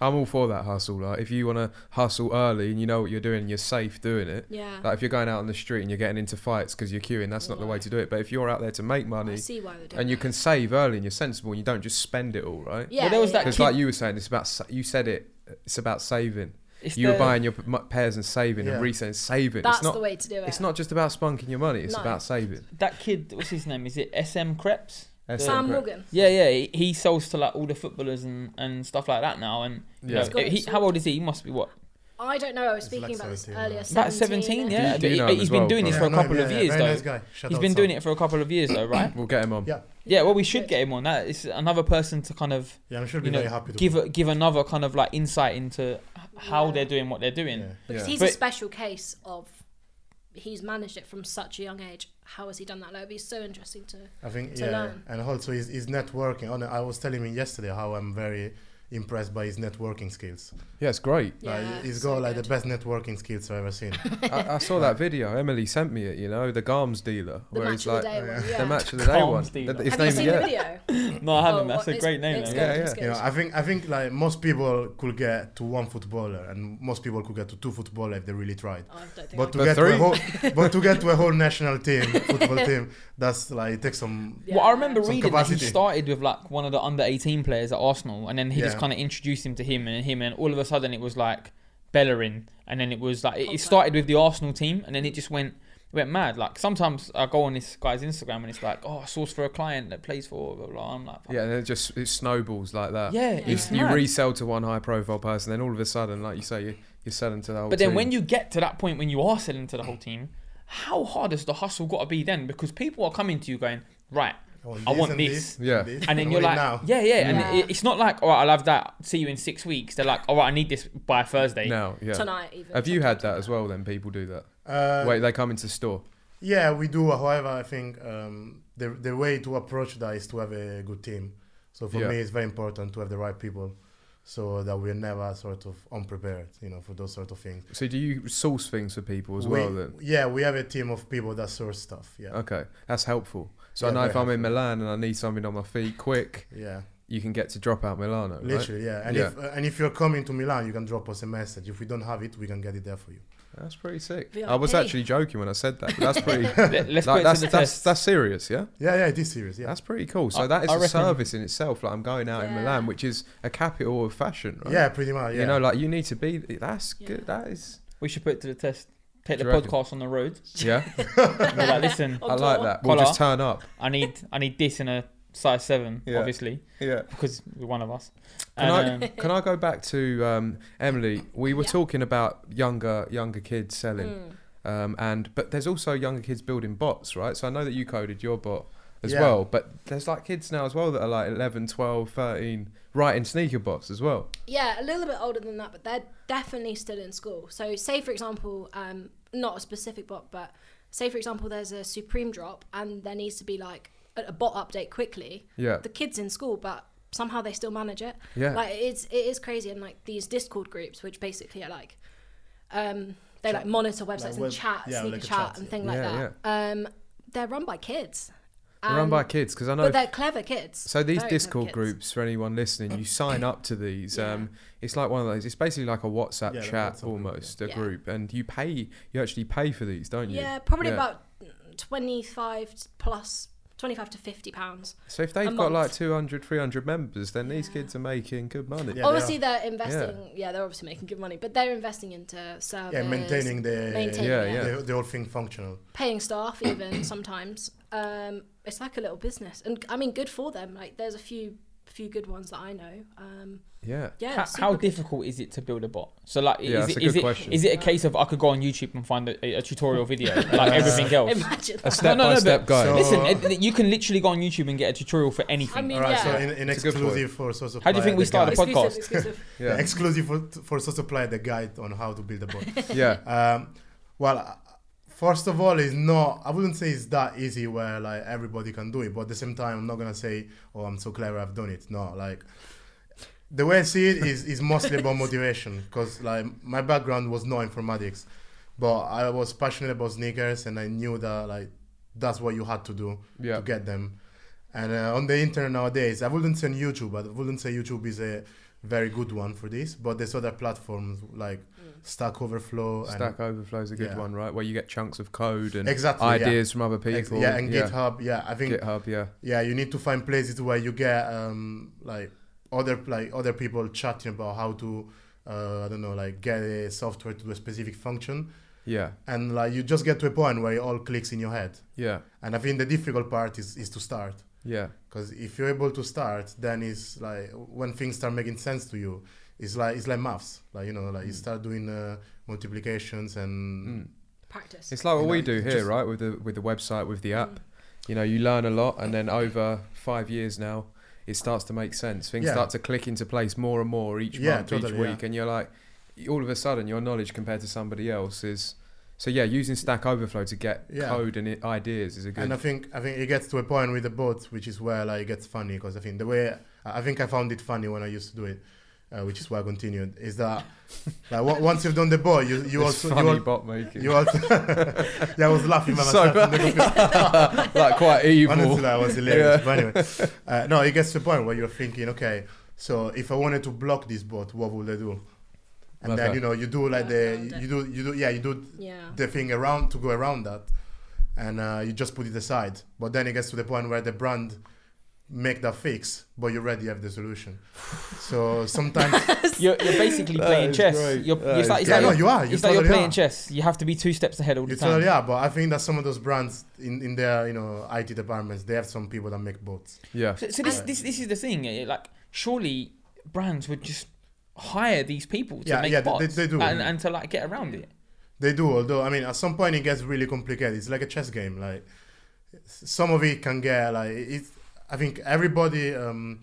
A: I'm all for that hustle. Like, if you want to hustle early and you know what you're doing, you're safe doing it.
D: yeah
A: Like, if you're going out on the street and you're getting into fights because you're queuing, that's not the way to do it. But if you're out there to make
D: I
A: money
D: see why they're doing
A: and you can save early and you're sensible and you don't just spend it all, right?
D: that. yeah
B: Well, there was that
A: Because
B: kid-
A: like you were saying, it's about sa- you said it. It's about saving.
B: It's
A: you were
B: the-
A: buying your p- m- pairs and saving
C: Yeah.
A: and reselling, saving.
D: that's
A: it's not.
D: the way to do it
A: It's not just about spunking your money. It's
D: No.
A: about saving.
B: that kid. What's his name? Is it S M Krebs?
A: That's
D: Sam
A: it.
D: Morgan
B: Yeah, yeah. he- He sells to like all the footballers and, and stuff like that now. And you
A: Yeah.
B: know,
A: He's
D: got
B: he,
D: it
B: how old is he? He must be what
D: I don't know I was
C: It's
D: speaking
C: like
D: about this
C: 17,
D: earlier
C: right?
B: About 17, yeah.
A: You do
B: He-
A: know him
B: he's
A: as
B: been
A: well,
B: doing this
A: bro.
B: for a
C: I know him,
B: couple of
C: yeah,
B: years,
C: very
B: though.
C: Nice guy. Shout
B: He's
C: out,
B: been
C: Sam.
B: doing it for a couple of years, though, right?
A: We'll get him on.
C: Yeah,
B: yeah, well, we should
D: Good.
B: get him on. That is another person to kind of
C: yeah, I'm sure he'll
B: you
C: be very
B: know
C: happy to
B: give a, give another kind of like insight into h- how
D: Yeah.
B: they're doing what they're doing.
C: Yeah.
D: because
A: Yeah.
D: he's a
B: But-
D: special case of he's managed it from such a young age how has he done that like, it'd be so interesting to
C: I think
D: to
C: yeah,
D: learn.
C: and also his, his networking. On I was telling him yesterday how I'm very impressed by his networking skills.
A: Yeah, it's great.
D: yeah
C: like, he's
D: so
C: got like
D: good.
C: the best networking skills I've ever seen.
A: I, I saw that video. Emily sent me it. You know, the Garms dealer,
D: the
A: where
D: match
A: he's
D: of
A: like
D: the day
C: oh,
D: one,
C: yeah.
D: yeah.
A: the match of the day
B: Garms
A: one.
B: dealer.
A: His
D: have
A: name,
D: you seen
A: yeah.
D: the video
B: No, I haven't.
D: Oh,
B: That's a
D: it's-
B: great name.
D: it's
B: though.
A: Yeah,
D: good, it's
A: yeah.
D: good.
C: you know, I think I think like most people could get to one footballer, and most people could get to two footballer if they really tried.
D: Oh, I don't think
C: But to
A: But
C: get to
A: three?
C: a whole, but to get to a whole national team, football team, that's like it takes some.
D: Yeah.
B: Well, I remember
C: Some
B: reading that he
C: capacity.
B: started with like one of the under 18 players at Arsenal, and then he just
C: Yeah.
B: kind of introduced him to him and him, and all of a sudden it was like Bellerin, and then it was like it, it
D: Pogba.
B: started with the Arsenal team, and then it just went went mad. Like sometimes I go on this guy's Instagram and it's like, oh, I source for a client that plays for blah blah. blah. I'm like,
A: Yeah, and it just it snowballs like that.
B: yeah,
D: Yeah.
A: You,
B: it's
A: you
B: mad.
A: resell to one high profile person, then all of a sudden, like you say, you, you're selling to the whole
B: But then
A: team.
B: when you get to that point when you are selling to the whole team, how hard has the hustle got to be then? Because people are coming to you going, right, I want
C: and
B: this.
A: Yeah.
B: and then
C: I
B: you're
C: want
B: like,
C: it now.
B: yeah, yeah. And
D: Yeah.
B: it, it's not like, all right, I'll have that. See you in six weeks. They're like, all right, I need this by Thursday.
A: No, yeah.
D: tonight even.
A: Have you had that as well? Then people do that.
C: Uh,
A: Wait, they come into store.
C: Yeah, we do. uh, However, I think um, the the way to approach that is to have a good team. So for
A: Yeah.
C: me, it's very important to have the right people, so that we're never sort of unprepared, you know, for those sort of things.
A: So do you source things for people as
C: We-
A: well? Then
C: Yeah, we have a team of people that source stuff. Yeah,
A: okay, that's helpful. So I
C: Yeah,
A: know
C: very
A: if I'm in Milan and I need something on my feet quick,
C: yeah,
A: you can get to Dropout Milano. right?
C: literally, yeah. And
A: Yeah.
C: if uh, and if you're coming to Milan, you can drop us a message. If we don't have it, we can get it there for you.
A: That's pretty sick.
D: VIP.
A: I was actually joking when I said that. But that's pretty.
B: Let, us put
A: like,
B: it
A: that's,
B: to the
A: that's,
B: test.
A: that's serious, yeah?
C: Yeah, yeah, it is serious. Yeah,
A: That's pretty cool. So
B: I-
A: that is
B: I
A: a
B: reckon-
A: service in itself. Like I'm going out in
D: Yeah.
A: Milan, which is a capital of fashion, right?
C: yeah, pretty much. Yeah,
A: You know, like you need to be. That's
D: Yeah.
A: good. That is.
B: we should put it to the test. Take the
A: Do you reckon?
B: podcast on the road.
A: Yeah,
B: And we're like, listen,
A: I like that. We'll
B: Collar.
A: just turn up.
B: I need, I need this in a size seven,
A: Yeah.
B: obviously,
A: Yeah.
B: because you're one of us.
A: Can
B: And,
A: I
B: um,
A: can I go back to um, Emily? We were
D: Yeah.
A: talking about younger younger kids selling,
D: Hmm.
A: um, and but there's also younger kids building bots, right? So I know that you coded your bot as
C: Yeah.
A: well, but there's like kids now as well that are like 11, 12, 13 writing sneaker bots as well.
D: Yeah, a little bit older than that, but they're definitely still in school. So, say for example, um, not a specific bot, but say for example, there's a Supreme drop and there needs to be like a, a bot update quickly.
A: Yeah.
D: The kids in school, but somehow they still manage it.
A: Yeah.
D: like it's it is crazy. And like these Discord groups, which basically are like, um, they like monitor websites and
C: web-
D: chat,
C: yeah,
D: sneaker
C: like a
D: chat,
C: chat,
D: and
C: yeah.
D: thing like
A: Yeah,
D: that. Um, they're run by kids.
A: They're run
D: And-
A: by kids because I know
D: um, but they're clever kids.
A: So these
D: Very clever
A: Discord
D: kids.
A: groups, for anyone listening, you sign up to these.
D: Yeah.
A: Um, it's like one of those. It's basically like a WhatsApp
C: Yeah, like
A: chat
C: WhatsApp group,
A: almost, a
D: Yeah.
A: group, and you pay. You actually pay for these, don't you?
D: Yeah, probably
A: Yeah.
D: about 25 plus, 25 to 50 pounds.
A: So if they've
D: a
A: got like
D: month.
A: 200, 300 members, then these kids are making good money.
C: Yeah, they
D: obviously, they are investing, yeah. they're obviously making good money, but they're investing into service.
C: yeah, maintaining the
D: maintaining
A: Yeah,
D: it,
A: yeah.
C: The, the whole thing functional.
D: paying staff even sometimes. Um, it's like a little business. And I mean, good for them. Like, there's a few few good ones that I know. Um,
A: Yeah.
D: yeah.
B: how,
D: super
B: how
D: good.
B: difficult is it to build a bot? So like,
A: Yeah,
B: is,
A: that's
B: it,
A: a
B: is,
A: good
B: it,
A: question.
B: is it a case of I could go on YouTube and find a, a tutorial video like everything else?
D: Imagine
A: A
D: that.
A: step by step
B: but
A: guide.
C: So-
B: Listen, it- it- you can literally go on YouTube and get a tutorial for anything.
D: I mean,
C: All right,
D: yeah.
C: so in, in
A: It's a good point.
C: exclusive for source
B: How do you
C: supply,
B: think we
C: the
B: started
C: guy-
B: podcast?
D: exclusive, exclusive.
A: yeah.
C: exclusive for for Source Supply, the guide on how to build a bot.
A: yeah.
C: um, well, uh, first of all, it's not. I wouldn't say it's that easy where like everybody can do it. But at the same time, I'm not gonna say, "Oh, I'm so clever, I've done it." No, like the way I see it is is mostly about motivation because like my background was not informatics, but I was passionate about sneakers and I knew that like that's what you had to do
A: Yeah.
C: to get them. And uh, on the internet nowadays, I wouldn't say on YouTube, but I wouldn't say YouTube is a very good one for this. But there's other platforms like Stack Overflow
A: Stack Overflow's a good
C: yeah.
A: one, right? Where you get chunks of code and
C: and exactly
A: ideas from other
C: yeah.
A: people.
C: Ex- yeah, and GitHub. Yeah, I think
A: GitHub, yeah.
C: yeah, you need to find places where you get um like other like other people chatting about how to uh, I don't know like get a software to do a specific function,
A: Yeah.
C: and like you just get to a point where it all clicks in your head.
A: Yeah.
C: And I think the difficult part is is to start.
A: Yeah.
C: Because if you're able to start, then it's like when things start making sense to you, it's like it's like maths. Like you know, like you start doing uh, multiplications and
D: Practice.
A: Mm.
D: Mm,
A: It's like what
C: Mm. You
A: we
C: know,
A: do
C: it
A: here,
C: just-
A: right? With the with the website, with the app. You know, you learn a lot, and then over five years now, it starts to make sense. Things
C: Yeah.
A: start to click into place more and more each
C: Yeah,
A: month, each
C: totally, yeah.
A: week, and you're like, all of a sudden, your knowledge compared to somebody else is. So yeah, using Stack Overflow to get
C: Yeah.
A: code and i- ideas is a good.
C: and I think I think it gets to a point with the boat, which is where like it gets funny. Because I think the way I I think I found it funny when I used to do it. Uh, which is why I continued. Is that like on- once you've done the boat, you you
A: This
C: also
A: funny
C: you, al-
A: bot making,
C: you also yeah I was laughing by
A: So
C: myself. in the computer.
A: like quite evil.
C: Honestly, that was hilarious. But anyway, uh, no, it gets to the point where you're thinking, okay, so if I wanted to block this bot, what would I do? And then
A: Okay.
C: you know you do like
D: Workaround
C: the
D: it. Oh.
C: you do you do yeah you do
D: yeah.
C: the thing around to go around that, and uh, you just put it aside. But then it gets to the point where the brand make that fix, but you already have the solution. So sometimes
B: You're, you're basically
A: That
B: playing
A: is
B: chess.
A: great.
B: You're,
A: That
B: it's
A: is
B: like, it's
C: yeah
B: like
C: no
B: you're-
C: you are you
B: it's like you're
C: totally
B: playing
C: are.
B: chess. You have to be two steps ahead all the
C: You
B: time.
C: totally are, but I think that some of those brands in, in their you know IT departments they have some people that make bots.
A: yeah,
B: So, so this, this this is the thing. eh, Like, surely brands would just hire these people to
C: Yeah,
B: make
C: yeah, they-
B: bots
C: they do.
B: and, and to like get around it.
C: They do, although I mean, at some point it gets really complicated. It's like a chess game. Like some of it can get like it's. I think everybody. Um,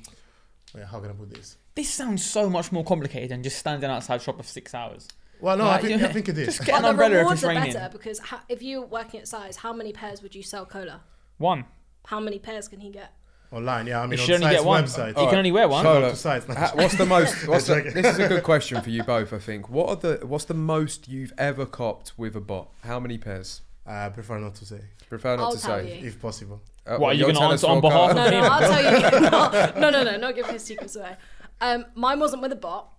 C: wait, how can I put this?
B: This sounds so much more complicated than just standing outside shop for six hours.
C: Well, no,
B: Like,
C: I think
B: yeah.
C: I think it is.
B: Just get an
D: But the
B: umbrella if
D: rewards
B: it's
D: are
B: raining.
D: better because ha- if you're working at size, how many pairs would you sell cola?
B: One.
D: How many pairs can he get?
C: Online, yeah. I
B: You
C: mean, on
B: should only
C: sites
B: get one.
C: website.
B: You
A: Alright.
B: can only wear
A: So-
B: one.
C: Shout out
A: Cola.
C: to sites.
A: Ha- what's the most? What's the,
C: Exactly.
A: this is a good question for you both, I think. What are the? What's the most you've ever copped with a bot? How many pairs?
C: Uh, I prefer not to say,
A: Prefer not
D: I'll
A: to
D: tell
A: say.
D: you.
C: if possible.
A: Uh,
B: What, are you
A: you'll
B: gonna
A: tell
B: answer
A: us
B: on
A: for
B: behalf
A: Carl.
B: of
D: No, no, I'll tell you. No, no, no, no, not give his secrets away. Um, mine wasn't with a bot,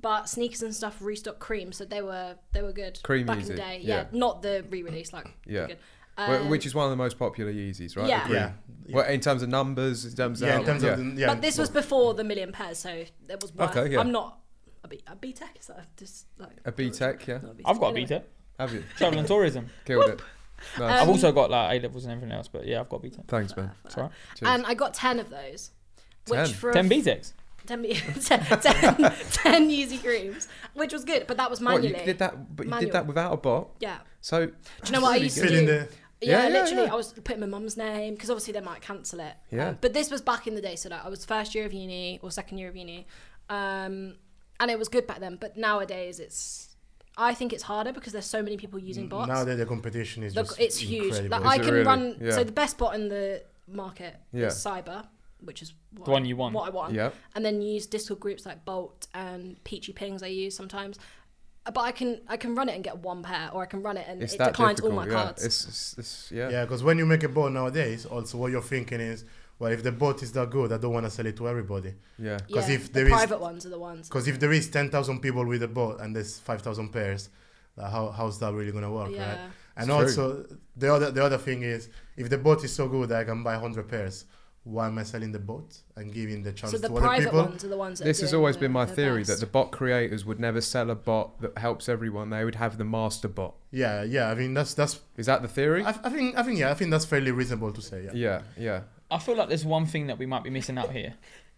D: but sneakers and stuff restocked cream, so they were they were good.
A: Cream
D: back
A: Yeezy,
D: in the day,
A: yeah.
D: yeah. Not the re-release, like
A: Yeah.
D: good.
A: Wh-
D: Um,
A: Which is one of the most popular Yeezys, right?
D: Yeah.
A: The green.
C: Yeah.
A: Well, in terms of numbers, in terms
C: Yeah,
A: of
C: in terms
A: yeah.
C: of the, yeah.
D: but this was before the million pairs, so that was worth.
A: Okay, yeah.
D: I'm not a B, a B tech. Is that just like
A: a B Tech, yeah.
D: not a B
B: I've got a
D: Anyway.
B: BTEC.
A: Have you
B: Travel and tourism.
A: killed it? Nice.
B: I've
D: Um,
B: also got like A levels and everything else, but yeah, I've got BTEC.
A: Thanks, man.
B: It's alright.
A: Cheers.
D: Uh, And I got ten of those, which
A: 10?
D: for a
B: Ten BTECs.
D: 10, me- 10, 10, 10 Yeezy creams, which was good, but that was
A: What
D: manually.
A: you did that? But you did
D: Manual.
A: that without a bot.
D: Yeah.
A: So do
D: you know what I used to
C: fill in the
A: Yeah,
D: Yeah,
A: yeah,
D: literally.
A: yeah.
D: I was putting my mum's name because obviously they might cancel it.
A: Yeah.
D: Um, but this was back in the day, so like I was first year of uni or second year of uni, um, and it was good back then. But nowadays, it's I think it's harder because there's so many people using bots.
C: now that the competition is
D: Look,
C: just
D: it's huge.
C: incredible.
D: Like
A: Is
D: I
A: it
D: can
A: really?
D: run.
A: Yeah.
D: So the best bot in the market
A: Yeah.
D: is Cyber, which is what
B: The one you want.
D: What I want.
A: Yeah.
D: And then use Discord groups like Bolt and Peachy Pings. I use sometimes, Uh, but I can I can run it and get one pair, or I can run it and
A: It's
D: it
A: that
D: declines all
A: difficult.
D: my
A: yeah.
D: cards.
A: It's, it's, it's yeah.
C: Yeah, because when you make a bot nowadays, also what you're thinking is, well, if the bot is that good, I don't want to sell it to everybody.
A: yeah.
C: 'Cause
D: yeah,
C: if
D: the
C: there is-
D: private ones are the ones.
C: Because if there is ten thousand people with a bot and there's five thousand pairs, like how how's that really gonna work,
D: yeah.
C: right? And
A: It's true.
C: also the other the other thing is, if the bot is so good that I can buy hundred pairs, why am I selling the bot and giving the chance
D: So the
C: to other
D: private
C: people?
D: ones are the ones. That
A: This
D: are
A: has
D: doing
A: always
D: the-
A: been my theory that
D: best.
A: the bot creators would never sell a bot that helps everyone. They would have the master bot.
C: Yeah, yeah. I mean that's that's.
A: Is that the theory?
C: I, I think I think yeah. I think that's fairly reasonable to say. Yeah.
A: yeah, yeah.
B: I feel like there's one thing that we might be missing out here.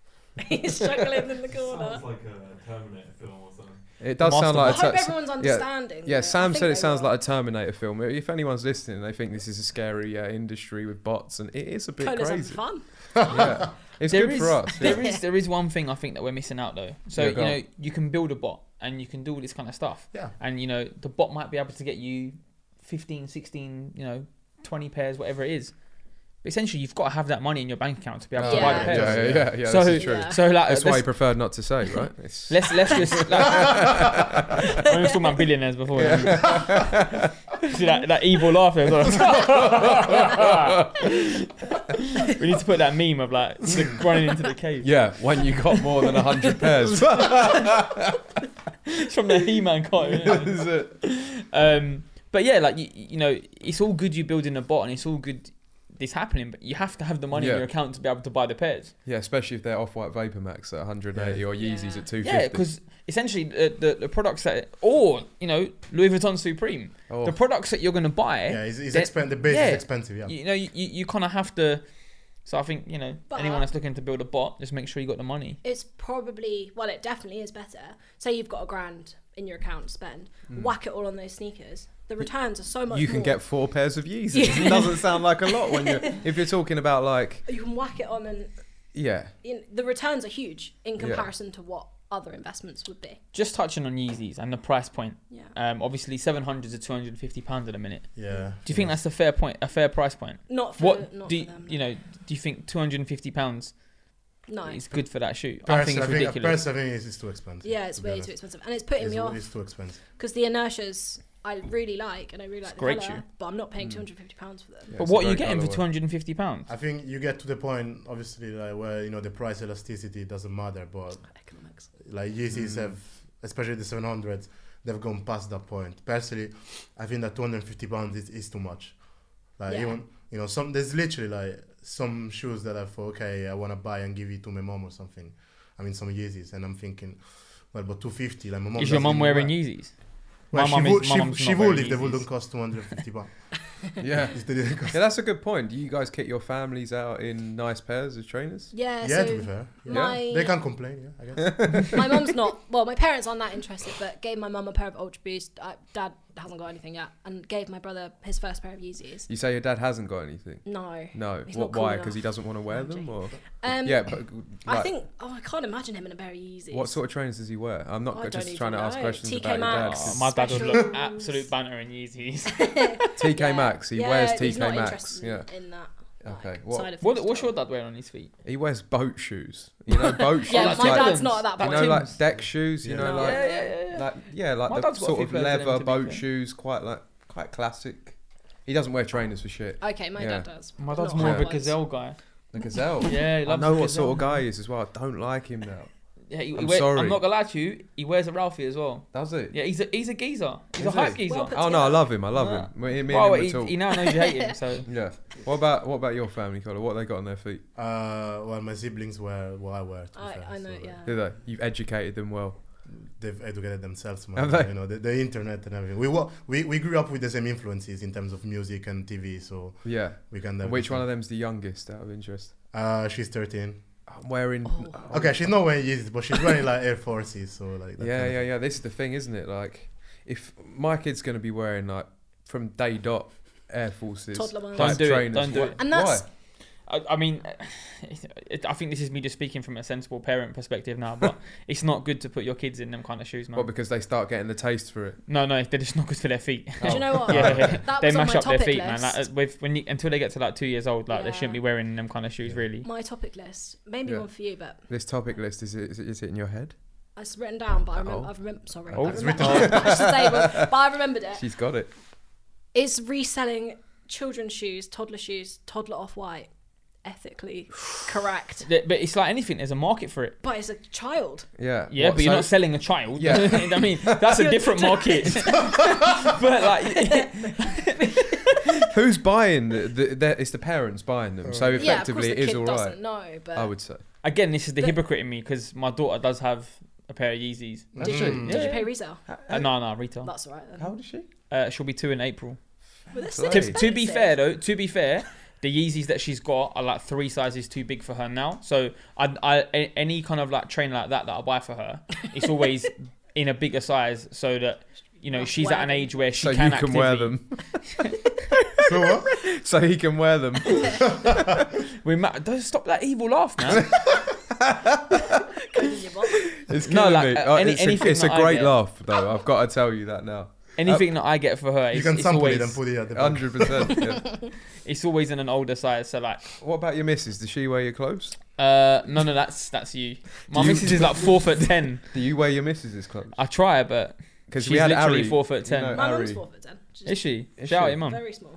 D: he's struggling in the corner.
E: Sounds like a Terminator film or something.
A: It does
B: master
A: sound
D: I
A: like.
D: hope
A: a ter-
D: everyone's understanding.
A: yeah,
D: though. I
A: Sam
D: think
A: said
D: they
A: it sounds
D: will.
A: like a Terminator film. If anyone's listening, and they think this is a scary uh, industry with bots, and it is a bit
D: Colours and
A: crazy.
D: fun.
A: yeah. It's
B: There
A: good
B: is-
A: for us. yeah.
B: There is there is one thing I think that we're missing out though. So
A: Yeah,
B: you
A: go
B: know you can build a bot and you can do all this kind of stuff.
C: Yeah.
B: And you know the bot might be able to get you 15, 16, you know, 20 pairs, whatever it is. But essentially, you've got to have that money in your bank account to be able to
D: Yeah.
B: buy
A: yeah,
B: the
A: yeah,
B: pairs.
A: yeah,
C: pairs.
A: yeah, yeah,
B: So-
A: that's the truth.
D: Yeah.
B: So like
A: That's why
B: let's-
A: he preferred not to say, right? It's,
B: Let's let's just. Like, I was talking about billionaires before. See that, that evil laugh there. as well. we need to put that meme of like running into the cave.
A: yeah, when you got more than hundred pairs,
B: It's from the He-Man cartoon. isn't
A: is it?
B: it? um, but yeah, like you, you know, it's all good you building a bot and it's all good this happening, but you have to have the money
A: Yeah.
B: in your account to be able to buy the pairs.
A: Yeah, especially if they're off-white Vapor Max at 180 or Yeezys
D: Yeah.
A: at 250.
B: Yeah, because essentially the, the the products that or you know Louis Vuitton Supreme,
A: Oh.
B: the products that you're gonna buy.
C: Yeah, it's, it's
B: They-
C: expen- the base
B: yeah.
C: is expensive. Yeah.
B: you know you, you, you kind of have to so i think you know
D: But-
B: anyone that's looking to build a bot just make sure you got the money
D: It's probably well, it definitely is better. Say you've got a grand in your account to spend, whack it all on those sneakers. The returns are so much.
A: Mm. you can
D: more.
A: get four pairs of Yeezys. It doesn't sound like a lot when you if you're talking about like
D: You can whack it on, and
A: yeah.
D: in, the returns are huge in
A: Yeah.
D: comparison to what other investments would be.
B: just touching on yeezys and the price point
D: Yeah.
A: Uh,
B: um obviously 700 to 250 pounds at a minute
C: Yeah.
B: do you think that's a fair point a fair price point
D: Not for
B: what
D: not
B: do
D: for
B: you,
D: them.
B: you know do you think 250 pounds
D: no.
B: is good for that shoe i
C: Pairs,
B: think it's ridiculous
C: pairs, I think it's, it's too expensive.
D: yeah, it's
C: to be
D: way
C: honest.
D: too expensive, and it's putting
C: It's,
D: me off.
C: it's too expensive.
D: because the inertias I really like and I really like the
B: great
D: colour,
B: shoe.
D: but I'm not paying 250 pounds for them.
A: Hmm. Yeah,
B: but
A: it's a
B: what are you
A: great
B: getting for
A: colourway.
B: 250 pounds
C: I think you get to the point, obviously, like where you know the price elasticity doesn't matter, but
D: Economics.
C: like Yeezys
A: Mm.
C: have, especially the 700s, they've gone past that point. Personally, I think that 250 pounds is, is too much. Like
D: Yeah.
C: even you know some there's literally like some shoes that I thought okay I want to buy and give it to my mom or something. I mean some Yeezys and I'm thinking, well, but 250 like my mom.
B: is your
C: doesn't
B: mum
C: even
B: wearing
C: wear-
B: yeezys
C: Well,
B: My mum
C: she
B: is-
C: would.
B: my
C: She,
B: mum's
C: she
B: not
C: would
B: wearing
C: if they
B: Yeezys.
C: wouldn't cost 250 pounds.
A: Yeah.
C: If they didn't cost.
A: Yeah, that's a good point. Do you guys kick your families out in nice pairs of trainers?
D: Yeah,
C: Yeah, to be
D: so
C: fair. Yeah.
D: my
C: They can't complain, yeah, I guess.
D: my mum's not well. My parents aren't that interested, but gave my mum a pair of Ultra Boost. I, Dad haven't got anything yet, and gave my brother his first pair of Yeezys.
A: You say your dad hasn't got anything.
D: No.
A: No.
D: He's
A: what?
D: not cool
A: Why?
D: enough.
A: Because he doesn't want to wear
D: I'm
A: them,
D: joking.
A: or
D: Um,
A: yeah. But
D: I
A: like,
D: think. Oh, I can't imagine him in a pair of Yeezys.
A: what sort of trainers does he wear? I'm not
D: I
A: go-
D: don't
A: just trying to
D: even
A: ask
D: know.
A: questions
D: TK
A: about your dad.
D: Maxx.
B: Oh,
A: 'cause
B: my dad would look
D: Ah. Specials.
B: absolute banner in Yeezys.
A: TK
D: Yeah.
A: Maxx. He
D: Yeah,
A: wears
D: he's
A: TK
D: not
A: Maxx.
D: interested
A: Yeah.
D: In, in that.
A: Okay,
D: Like,
A: what-
D: side of
B: what,
D: things
B: what's
D: at all.
B: your dad wearing on his feet? Oh,
A: He wears boat shoes. You know, boat shoes.
D: Yeah,
B: like
D: my
A: like,
D: dad's not at that
A: you
B: like
D: point.
A: know, like
B: Tim's?
A: deck shoes. You know,
D: No.
A: like
B: yeah, yeah, yeah, yeah.
A: like yeah, like
B: My
A: the
B: dad's got a
A: sort
B: few
A: of
B: pairs of them,
A: leather
B: to be
A: boat
B: fair.
A: shoes, quite like quite classic. He doesn't wear trainers for shit.
D: okay, my
A: Yeah.
D: dad does.
B: My dad's
D: Not
B: more of a
D: hard ones.
B: gazelle guy.
A: The gazelle.
B: Yeah, he
A: I
B: loves
A: know
B: the
A: what sort
B: gazelle.
A: of guy he is as well. I don't like him now.
B: Yeah, he, he
A: I'm
B: wear-
A: sorry.
B: I'm not gonna lie to you. He wears a Ralphie as well.
A: Does it?
B: Yeah, he's a he's a geezer. He's
A: Is
B: a hype
A: he?
B: geezer.
D: Well put
A: Oh no, I
D: together.
A: love him. I love
B: Nah.
A: him. Me, me
B: well,
A: and
B: he,
A: him were
B: he
A: talk-
B: now knows you hate him, so
A: Yeah. What about what about your family, Colin? What they got on their feet?
C: Uh, well, my siblings were what I were. To be
D: I,
C: fair,
D: I
C: so,
D: know.
C: like,
D: Yeah.
A: Do they? You've educated them well.
C: They've educated themselves, man.
A: Have they?
C: You know, the, the internet and everything. We, wa- we we grew up with the same influences in terms of music and TV, so
A: Yeah.
C: we can.
A: And which one of them's the youngest? Out of interest.
C: Uh, she's 13.
A: I'm wearing.
D: Oh.
A: oh,
C: Okay, she's not wearing Yeezys, but she's wearing like Air Forces, so like. That
A: Yeah,
C: kind
A: yeah,
C: of
A: yeah. This is the thing, isn't it? Like, if my kid's gonna be wearing like from day dot Air Forces,
D: Toddler ones.
A: type
B: Don't do it,
A: trainers,
B: don't do
A: why-
B: it.
D: And that's-
A: why?
B: I, I mean, it, I think this is me just speaking from a sensible parent perspective now. But it's not good to put your kids in them kind of shoes, man.
A: Well, because they start getting the taste for it.
B: no, no, they're just not good for their feet.
A: Oh.
D: Do you know what?
B: Oh. yeah,
D: That
B: they
D: was on
B: mash
D: my
B: up their
D: topic
B: feet, man.
D: list.
B: Like, uh, with, when you, until they get to like two years old, like they shouldn't be
D: Yeah.
B: wearing them kind of shoes,
C: Yeah.
B: really.
D: My topic list. Maybe
A: Yeah.
D: one for you, but
A: This topic list is it, is it, is it in your head?
D: it's written down. But I remember.
A: Oh.
D: I've remember. Sorry.
B: Oh,
D: I've
B: it's
D: remembered-
A: written down.
D: I should say, but but I remembered it.
A: She's got it.
D: Is reselling children's shoes, toddler shoes, toddler off white, ethically correct?
B: Th- But it's like anything. There's a market for it.
D: But it's a child.
A: Yeah.
B: Yeah,
A: What,
B: but you're
A: so-
B: not selling a child.
A: Yeah.
B: I mean that's a different market. but like,
A: Who's buying the, the, the? It's the parents buying them. So
D: yeah, of course
A: effectively,
D: the
A: it is
D: kid
A: all right.
D: doesn't know, but
A: I would say.
B: again, this is the
D: But-
B: hypocrite in me because my daughter does have a pair of Yeezys.
C: thing.
A: Did you-
D: did you
B: Yeah.
D: pay resale?
B: Uh, no, no, retail.
D: That's all right then.
A: How old is she?
B: Uh, she'll be two in April.
D: Well, this
A: To-
D: is
B: to, to be
D: expensive.
B: fair though, to be fair, the Yeezys that she's got are like three sizes too big for her now. So I, I a- any kind of like trainer like that that I buy for her, it's always in a bigger size so that you know
D: That's
B: she's at an
D: wagging.
B: age where she
A: so
B: can,
A: you can wear
B: actively-
A: them.
C: So what?
A: So he can wear them.
B: We ma- don't stop that evil laugh, man.
D: Convenient.
A: It's
B: No,
A: killing
B: like,
A: me.
B: uh,
A: Oh,
B: any-
A: it's a,
B: anything
A: it's a
B: that I
A: great
B: get.
A: laugh, though. I've got to tell you that now.
B: Anything that I get for her, it's,
C: You can
B: it's
C: sample
B: always
C: it and put it at the back.
A: Hundred percent. yeah.
B: it's always in an older size. So like,
A: What about your missus? Does she wear your clothes?
B: uh, no, no, that's that's you. My
A: Do you-
B: missus is like four foot ten.
A: Do you wear your missus's clothes?
B: I try, but
A: Because
B: she's
A: we had
B: literally
A: Ari.
B: four foot
A: you
B: ten.
A: know,
D: My mum's
A: Ari.
D: four foot ten. She's
B: Is she?
A: Is
B: Shout
A: she?
B: out your mum.
D: very small,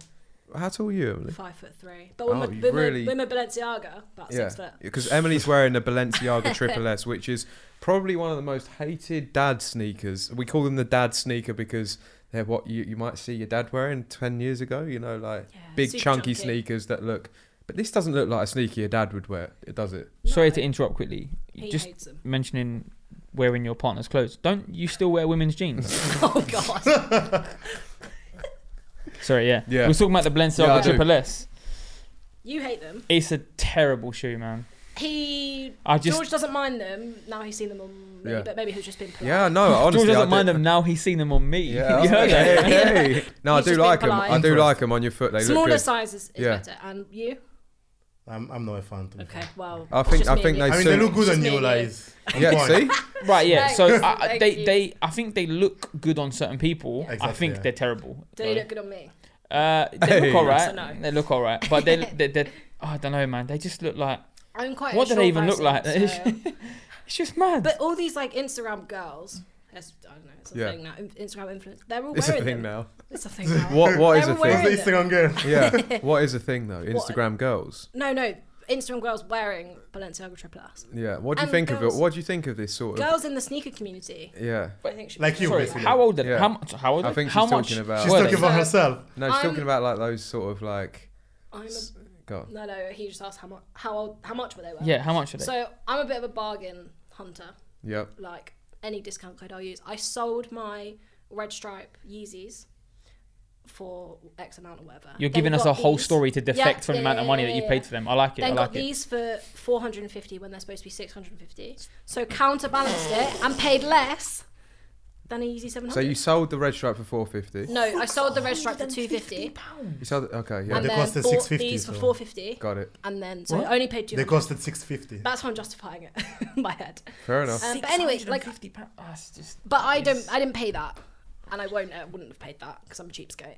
A: How tall are you, Emily?
D: five foot three. But when
A: Oh,
D: we're,
A: you
D: when,
A: really-
D: we're, when we're Balenciaga, about six
A: Yeah,
D: foot.
A: because Emily's wearing a Balenciaga Triple S, which is probably one of the most hated dad sneakers. We call them the dad sneaker because they're what you, you might see your dad wearing ten years ago. You know, like
D: Yeah,
A: big
D: super
A: chunky sneakers that look. But this doesn't look like a sneaker your dad would wear, it does it?
B: Sorry
D: No,
B: to interrupt quickly.
D: He
B: Just
D: hates them.
B: mentioning wearing your partner's clothes. Don't you still wear women's jeans?
D: Oh god.
B: Sorry, yeah.
A: Yeah.
B: We're talking about the
A: Yeah, I
B: Balenciaga
A: do.
B: Triple S.
D: you hate them.
B: It's a terrible shoe, man.
D: He
B: I just
D: George doesn't mind them. Now he's seen them on me,
A: Yeah.
D: but maybe he's just been polite.
A: Yeah, no, honestly,
B: George
A: I
B: doesn't mind
A: don't-
B: them now. He's seen them on me.
A: Yeah,
B: you heard that?
A: hey, hey, hey. No, I
D: He's
A: do
D: just being
A: like them.
D: polite.
A: I do like them on your foot. They look
D: Smaller
A: good.
D: sizes is
A: Yeah.
D: better. And you?
C: I'm, I'm not a fan. To be
D: Okay.
C: fair.
D: Well.
A: I
D: it's
A: think-
D: just
A: I
D: me
A: think
D: and
A: they
D: you.
C: I mean,
A: So-
C: they look good on
D: Just me
C: you,
D: and
C: like.
D: you.
C: it's on
A: Yeah,
C: point.
A: see,
B: Right, yeah. So
D: Thanks,
B: I, I-
D: thank
B: they,
D: you.
B: they, I think they look good on certain people. I
C: Exactly,
B: think
C: yeah.
B: they're terrible.
D: Do they look good on me?
B: Uh, they
A: Hey.
B: look alright.
D: Yes or no?
B: They look alright, but they, they, they, oh, I don't know, man. They just look like
D: I'm quite. a
B: What do they even
D: short
B: look
D: person,
B: like?
D: so-
B: it's just mad.
D: but all these like Instagram girls. That's, I don't know. It's a
A: Yeah.
D: thing now. In- Instagram influencers. They're all
A: it's a
D: wearing
A: thing
D: them.
A: now.
D: It's a thing now.
A: What what is
D: They're
A: a
D: wearing
A: thing?
C: What's the Instagram girl?
A: Yeah, what is a thing though? Instagram girls.
D: No, no. Instagram girls wearing Balenciaga triple S.
A: Yeah. What do you
D: And
A: think of
D: girls-
A: it? What do you think of this sort of?
D: Girls in the sneaker community.
A: Yeah.
D: I think should
C: Like you,
B: Sorry,
C: basically.
B: how old are they?
A: Yeah.
B: How, much, how old?
A: I
B: are-
A: think she's
B: how
A: talking
B: much
A: about-
C: She's
B: were
C: talking
B: they?
C: about
D: So-
C: herself.
A: No, she's
D: I'm-
A: talking about like those sort of like.
D: I'm a,
A: Go on.
D: no, no. He just asked how much, how old, how much were they? Were.
B: Yeah, how much are they?
D: So I'm a bit of a bargain hunter.
A: Yep.
D: Like any discount code I'll use. I sold my red stripe Yeezys for X amount or whatever.
B: You're
D: Then
B: giving us
D: got
B: a whole
D: these.
B: story to defect from the
D: yeah,
B: amount of
D: yeah,
B: money
D: yeah,
B: that you
D: yeah,
B: paid
D: yeah.
B: for them. I like it.
D: Then
B: I
D: got
B: like it.
D: these for 450 when they're supposed to be 650. So counterbalanced it and paid less than an Yeezy 700.
A: So you sold the red stripe for 450.
D: no, I sold the red stripe for 250.
A: You sold it. Okay, yeah,
D: And
C: they
D: then
C: costed
D: bought
C: 650,
D: these for
C: so-
D: 450,
A: got it.
D: and then so
B: What?
D: I only paid
C: They
D: 200.
C: costed 650.
D: That's how I'm justifying it in my head.
A: Fair enough.
D: Um, but anyway, like-
B: pounds. That's just.
D: But I don't. I didn't pay that, and I won't. I wouldn't have paid that because I'm a cheapskate.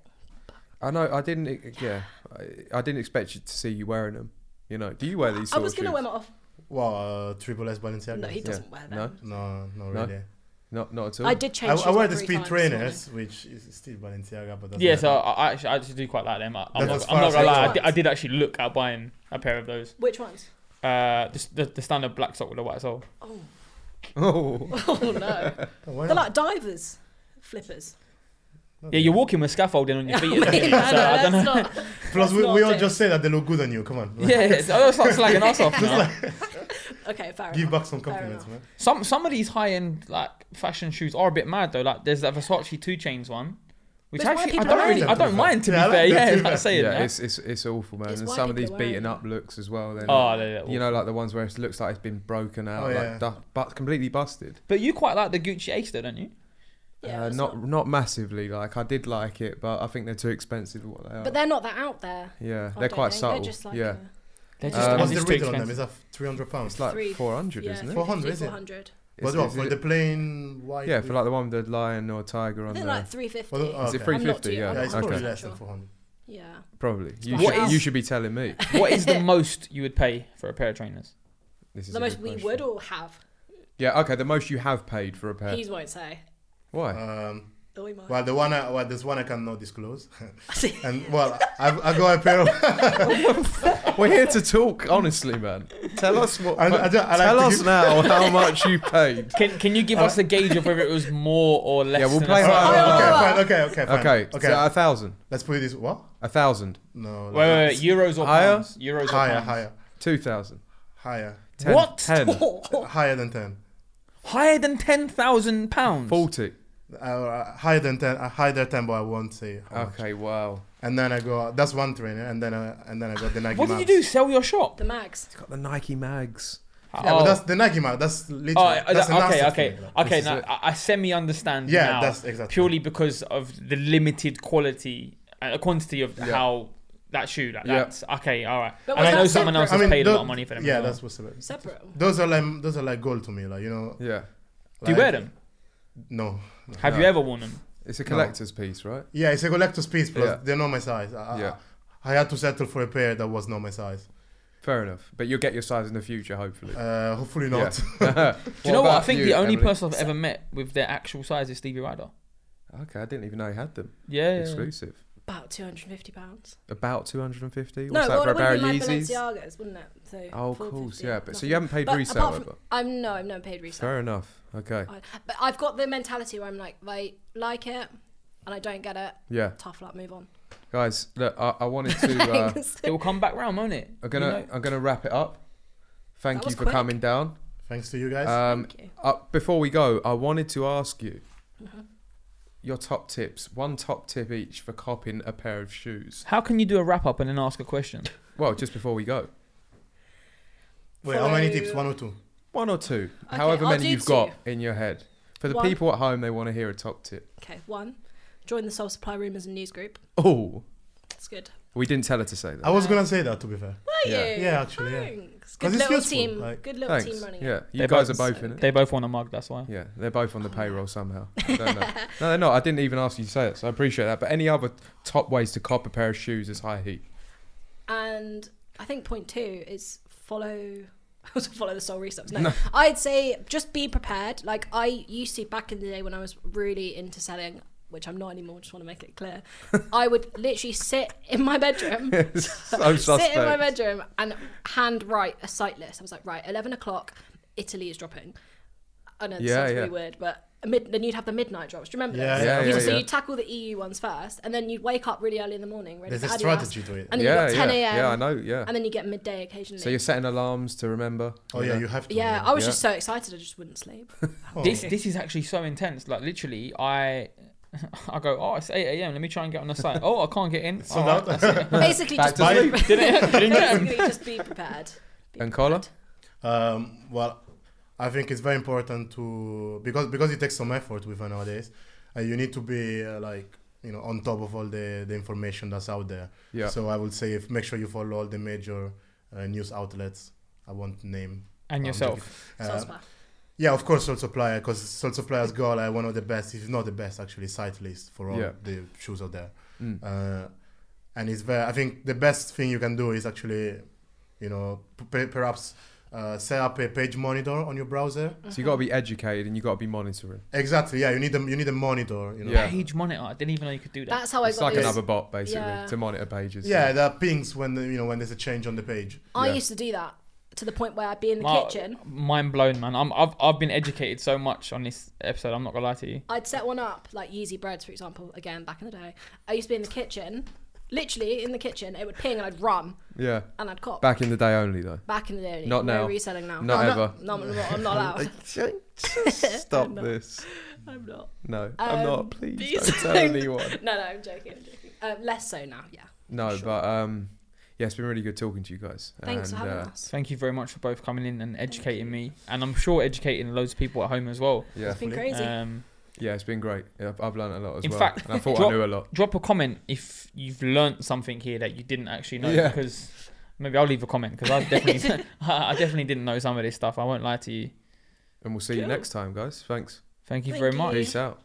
A: I know. I didn't. e- Yeah, I, I didn't expect you to see you wearing them. You know, do you wear these?
D: I
A: sort
D: was
A: of
D: gonna
A: shoes?
D: wear my off.
C: Well, uh, triple S Balenciaga.
D: No, he
A: Yeah.
D: doesn't wear them.
A: No?
C: no, not
A: No?
C: really.
A: Not, not at all.
D: I did change.
C: I,
D: shoes
C: I wear
D: like
C: the
D: three
C: speed
D: times this morning.
C: trainers, which is still Balenciaga, but that's
B: Yeah,
C: not-
B: so I, I actually I actually do quite like them. I, I'm,
C: That
B: not,
C: was
B: I'm not
C: far
B: gonna lie. I
D: as-
B: did, I did actually look at buying a pair of those.
D: Which ones?
B: Uh, the, the, the standard black sock with the white sole.
D: Oh,
A: Oh,
D: oh no!
C: Oh, why not?
D: They're like divers, flippers.
C: Not
B: Yeah,
C: really.
B: you're walking with scaffolding on your feet.
D: I
B: isn't
D: mean,
B: it?
D: no,
B: So
D: no,
B: I don't know.
D: that's not.
C: Plus,
D: that's
C: we,
D: not
C: we all
D: it.
C: just say that they look good on you. Come on.
B: Yeah, it's- I don't start slagging us off. now.
D: Okay, fair
C: Give
D: enough.
C: back some
D: Fair
C: compliments,
D: enough.
C: man.
B: Some some of these high end like fashion shoes are a bit mad though. Like there's that Versace two chains one, which
D: That's why
B: actually I
D: people
B: don't
D: are
B: really
C: wearing
B: I
C: them, to
B: don't
C: be
B: mind to be
C: fair. Yeah, I
B: fair.
C: like
B: Yeah,
C: them
B: it's
C: too,
B: like
C: man.
B: saying
A: yeah.
B: that.
A: It's it's it's awful, man.
D: It's
A: and
D: why
A: some of these
D: people are wearing
A: beaten
D: them.
A: up looks as well. Then
B: Oh, they're
A: you
B: awful.
A: know, like the ones where it looks like it's been broken out,
C: Oh, yeah.
A: like du- but completely busted.
B: But you quite like the Gucci Ace though, don't you?
D: Yeah,
A: uh,
D: that's
A: not not, massively. Like I did like it, but I think they're too expensive for what they are.
D: But they're not that out there.
A: yeah,
D: I
A: they're
D: don't
A: quite
D: think.
A: subtle.
D: They're just like
A: yeah,
D: uh,
B: They're
A: Um,
B: they're
C: What's the
A: it's
B: too
C: rate on them? Is
B: expensive.
C: that 300 pounds?
A: it's like
D: three-
A: four hundred,
D: yeah,
A: isn't it?
C: 400, is it?
D: 400.
C: But
A: Is-
C: what,
A: is
C: for
A: it-
C: the plain white?
A: yeah,
C: with-
A: for like the one with the lion or tiger
D: I
A: on
D: think
A: there.
D: they're like 350.
C: For the- oh,
A: Is it
C: okay.
A: three
D: I'm not too-
A: fifty? Yeah,
D: I'm
C: Yeah, it's
D: not
A: okay,
C: probably
D: too
C: less than
D: sure.
C: 400.
D: yeah.
A: probably. You
D: like
A: should,
B: half.
A: you should be telling me.
B: What is the most you would pay for a pair of trainers?
A: This is
D: The
A: a
D: most
A: good
D: we
A: question.
D: would all have.
A: Yeah, okay. The most you have paid for a pair.
D: He won't say.
A: Why?
C: Um,
D: Oh, we might.
C: well, the one I, well, there's one I cannot disclose,
D: See,
C: and well, I, I got a pair of.
A: We're here to talk, honestly, man. Tell us what.
C: I- I don't- I like
A: tell
C: to
A: us
C: give-
A: now how much you paid.
B: Can Can you give us a gauge of whether it was more or less?
A: Yeah, we'll
B: than
A: play
B: a
A: that out.
B: certain amount?
C: okay,
D: well.
C: fine, okay, okay, fine.
A: oh, Okay,
C: okay.
A: so a thousand,
C: let's put it this. What?
A: a thousand,
C: No.
B: Wait, wait,
C: like-
B: wait, euros or
A: Higher?
B: pounds? Euros or
C: Higher,
B: pounds?
C: higher,
A: two thousand,
C: higher,
A: ten,
B: What?
A: ten,
C: higher than ten.
B: Higher than ten thousand pounds.
A: forty.
C: Uh, Uh, higher than ten. Uh, higher than ten, but I won't say. How much.
A: Okay, wow.
C: And then I go. That's one trainer, and then I, and then I got the Nike.
B: What did you
C: Max.
B: do? Sell your shop?
D: the max.
A: It's got the Nike mags.
C: Yeah, but that's the Nike Max. That's literally.
B: Oh, uh,
C: that's
B: that- okay,
C: a nasty
B: okay,
C: thing, like.
B: okay.
A: This
B: Now
A: is
B: I, I semi-understand
C: Yeah,
B: now,
C: that's exactly.
B: purely because of the limited quality, uh, quantity of
A: Yeah.
B: how that shoe. Like,
A: Yeah.
B: That's okay, all right. and
D: But
B: I
D: was
B: know
D: that
B: someone
D: separate?
B: else
D: I
B: has paid a
C: tho-
B: lot of money for them. as
C: Yeah,
B: well.
C: that's what's about.
D: Separate.
C: Those are like those are like gold to me, like you know.
A: Yeah,
B: Do you
C: like-
B: wear them?
C: No.
B: Have
A: No.
B: you ever worn them?
A: it's a
C: No.
A: collector's piece, right?
C: Yeah, it's a collector's piece, plus
A: Yeah.
C: they're not my size. I,
A: Yeah.
C: I, I had to settle for a pair that was not my size.
A: Fair enough. But you'll get your size in the future, hopefully.
C: Uh, hopefully not.
A: Do
B: Do you know what? I think the only person I've ever met with their actual size is Stevie Ryder.
A: Okay, I didn't even know you had them.
B: Yeah, yeah, yeah.
A: Exclusive.
D: About 250 pounds.
A: About 250? What's
D: No,
A: that
D: well,
A: for
D: it
A: a
D: would
A: pair
D: have
A: of
D: been like
A: Yeezys?
D: Balenciagas, wouldn't it? So
A: Oh, of course,
D: 450,
A: yeah. But so
D: nothing.
A: you haven't paid
D: But
A: resale
D: apart from-
A: ever?
D: I'm no, I've never paid resale.
A: Fair enough. Okay.
D: I, but I've got the mentality where I'm like, if I like it and I don't get it,
A: Yeah,
D: tough luck, move on.
A: guys. Look, I, I wanted to. Uh,
D: Thanks.
B: It will come back round, won't it?
A: I'm gonna.
B: You know?
A: I'm gonna wrap it up. Thank you
D: That was
A: for
D: quick.
A: coming down.
C: Thanks to you guys.
A: Um,
D: Thank you.
A: uh, before we go, I wanted to ask you your top tips. One top tip each for copying a pair of shoes.
B: How can you do a wrap up and then ask a question?
A: Well, just before we go,
C: Wait, how many
D: follow-
C: tips? One or two?
A: one or two,
D: Okay,
A: however
D: I'll
A: many
D: do
A: you've
D: two.
A: got in your head. For the
D: One.
A: people at home, they want to hear a top tip.
D: Okay, one, join the Soul Supply Rumors and News Group.
A: Oh,
D: That's good.
A: we didn't tell her to say that.
C: I was gonna say that to be fair.
D: Are
A: Yeah.
D: you?
C: Yeah, actually, yeah. 'Cause
D: Thanks. Good
C: it's
D: little
C: useful,
D: team.
C: like-
D: good little
A: Thanks.
D: team running. it.
A: Yeah, you
B: They
A: guys are
B: both-
A: both in it.
B: They both want a mug, that's why.
A: Yeah, they're both
D: Oh,
A: on the payroll somehow. I don't know. no, they're not. I didn't even ask you to say it, so I appreciate that. But any other top ways to cop a pair of shoes is high heat.
D: And I think point two is follow. follow the soul resubs. No. I'd say just be prepared. Like I used to back in the day when I was really into selling, which I'm not anymore. Just want to make it clear. I would literally sit in my bedroom,
A: so
D: sit in my
A: suspect.
D: bedroom, and hand write a site list. I was like, right, eleven o'clock, Italy is dropping. I know this
A: Yeah,
D: sounds
A: yeah.
D: really weird, but mid- then you'd have the midnight drops. Do you remember?
C: Yeah,
D: this?
A: yeah,
D: You-
A: yeah,
D: So
A: yeah.
D: you tackle the EU ones first, and then you'd wake up really early in the morning. Ready
C: There's
D: for
C: a
D: Adidas.
C: strategy to it.
D: And then
A: yeah,
D: you got 10
A: yeah,
D: a.m.
A: yeah. I know. Yeah.
D: And then you get midday occasionally.
A: So you're setting alarms to remember.
C: Oh yeah, you have to.
D: yeah, I was
A: Yeah.
D: just so excited I just wouldn't sleep.
C: Oh.
B: This this is actually so intense. Like literally, I I go, oh, it's eight a.m. Let me try and get on the site. oh, I can't get in. Uh-huh.
C: So
B: All
C: that-
B: right, that's it.
D: Basically,
A: Back
D: just
A: to
D: be,
A: sleep.
D: basically just be prepared. Be
A: And
D: prepared.
A: Carla?
C: Um, well, I think it's very important to because because it takes some effort with her nowadays. Uh, you need to be uh, like you know on top of all the the information that's out there.
A: Yeah.
C: So I would say if make sure you follow all the major uh, news outlets. I won't name.
B: and
C: Um,
B: yourself.
C: Uh,
D: Salzburg.
C: yeah, of course, Soul Supplier because Soul Supplier's got like one of the best, if not the best, actually site list for all
A: Yeah.
C: the shoes out there.
A: Mm.
C: Uh, and it's very. I think the best thing you can do is actually, you know, p- per- perhaps uh, set up a page monitor on your browser.
D: Mm-hmm.
A: So you got to be educated and you got to be monitoring.
C: Exactly. Yeah, you need a you need a monitor. You know.
A: Yeah.
B: Page monitor. I didn't even know you could do that.
D: That's how Oh, I
A: It's
D: got
A: like
D: this.
A: another bot basically
D: Yeah.
A: to monitor pages.
C: Yeah, there are pings when the, you know when there's a change on the page.
D: I
A: yeah.
D: used to do that to the point where I'd be in the
B: My-
D: kitchen.
B: Mind blown, man. I'm, I've I've been educated so much on this episode. I'm not gonna lie to you.
D: I'd set one up, like Yeezy breads, for example, again, back in the day. I used to be in the kitchen, literally in the kitchen. It would ping and I'd run
A: Yeah.
D: and I'd cop. Back,
A: Back in the day only though.
D: in the day.
A: Not
D: no
A: now.
D: reselling now.
A: Not
C: no.
A: ever.
D: No, I'm not, I'm not allowed.
A: Stop
D: No.
A: this.
D: I'm not.
A: No, I'm
D: Um,
A: not. Please,
D: please
A: don't tell
D: don't.
A: anyone.
D: No, no, I'm joking. I'm joking. Um, less so now, yeah.
A: No,
D: Sure.
A: but um, yeah, it's been really good talking to you guys.
D: Thanks
A: and,
D: for having
A: uh,
D: us.
B: Thank you very much for both coming in and educating me, and I'm sure educating loads of people at home as well.
A: Yeah,
D: It's been
C: Hopefully.
D: crazy.
B: Um,
A: yeah, it's been great. Yeah, I've, I've learned a lot as
B: In
A: well.
B: fact,
A: and I thought I
B: drop-
A: knew a lot.
B: drop a comment if you've learnt something here that you didn't actually know
A: Yeah.
B: because maybe I'll leave a comment because I definitely I definitely didn't know some of this stuff. I won't lie to you.
A: And we'll see you
D: Cool.
A: next time, guys. Thanks.
B: Thank you
D: Thank
B: very
D: you.
B: much.
A: Peace out.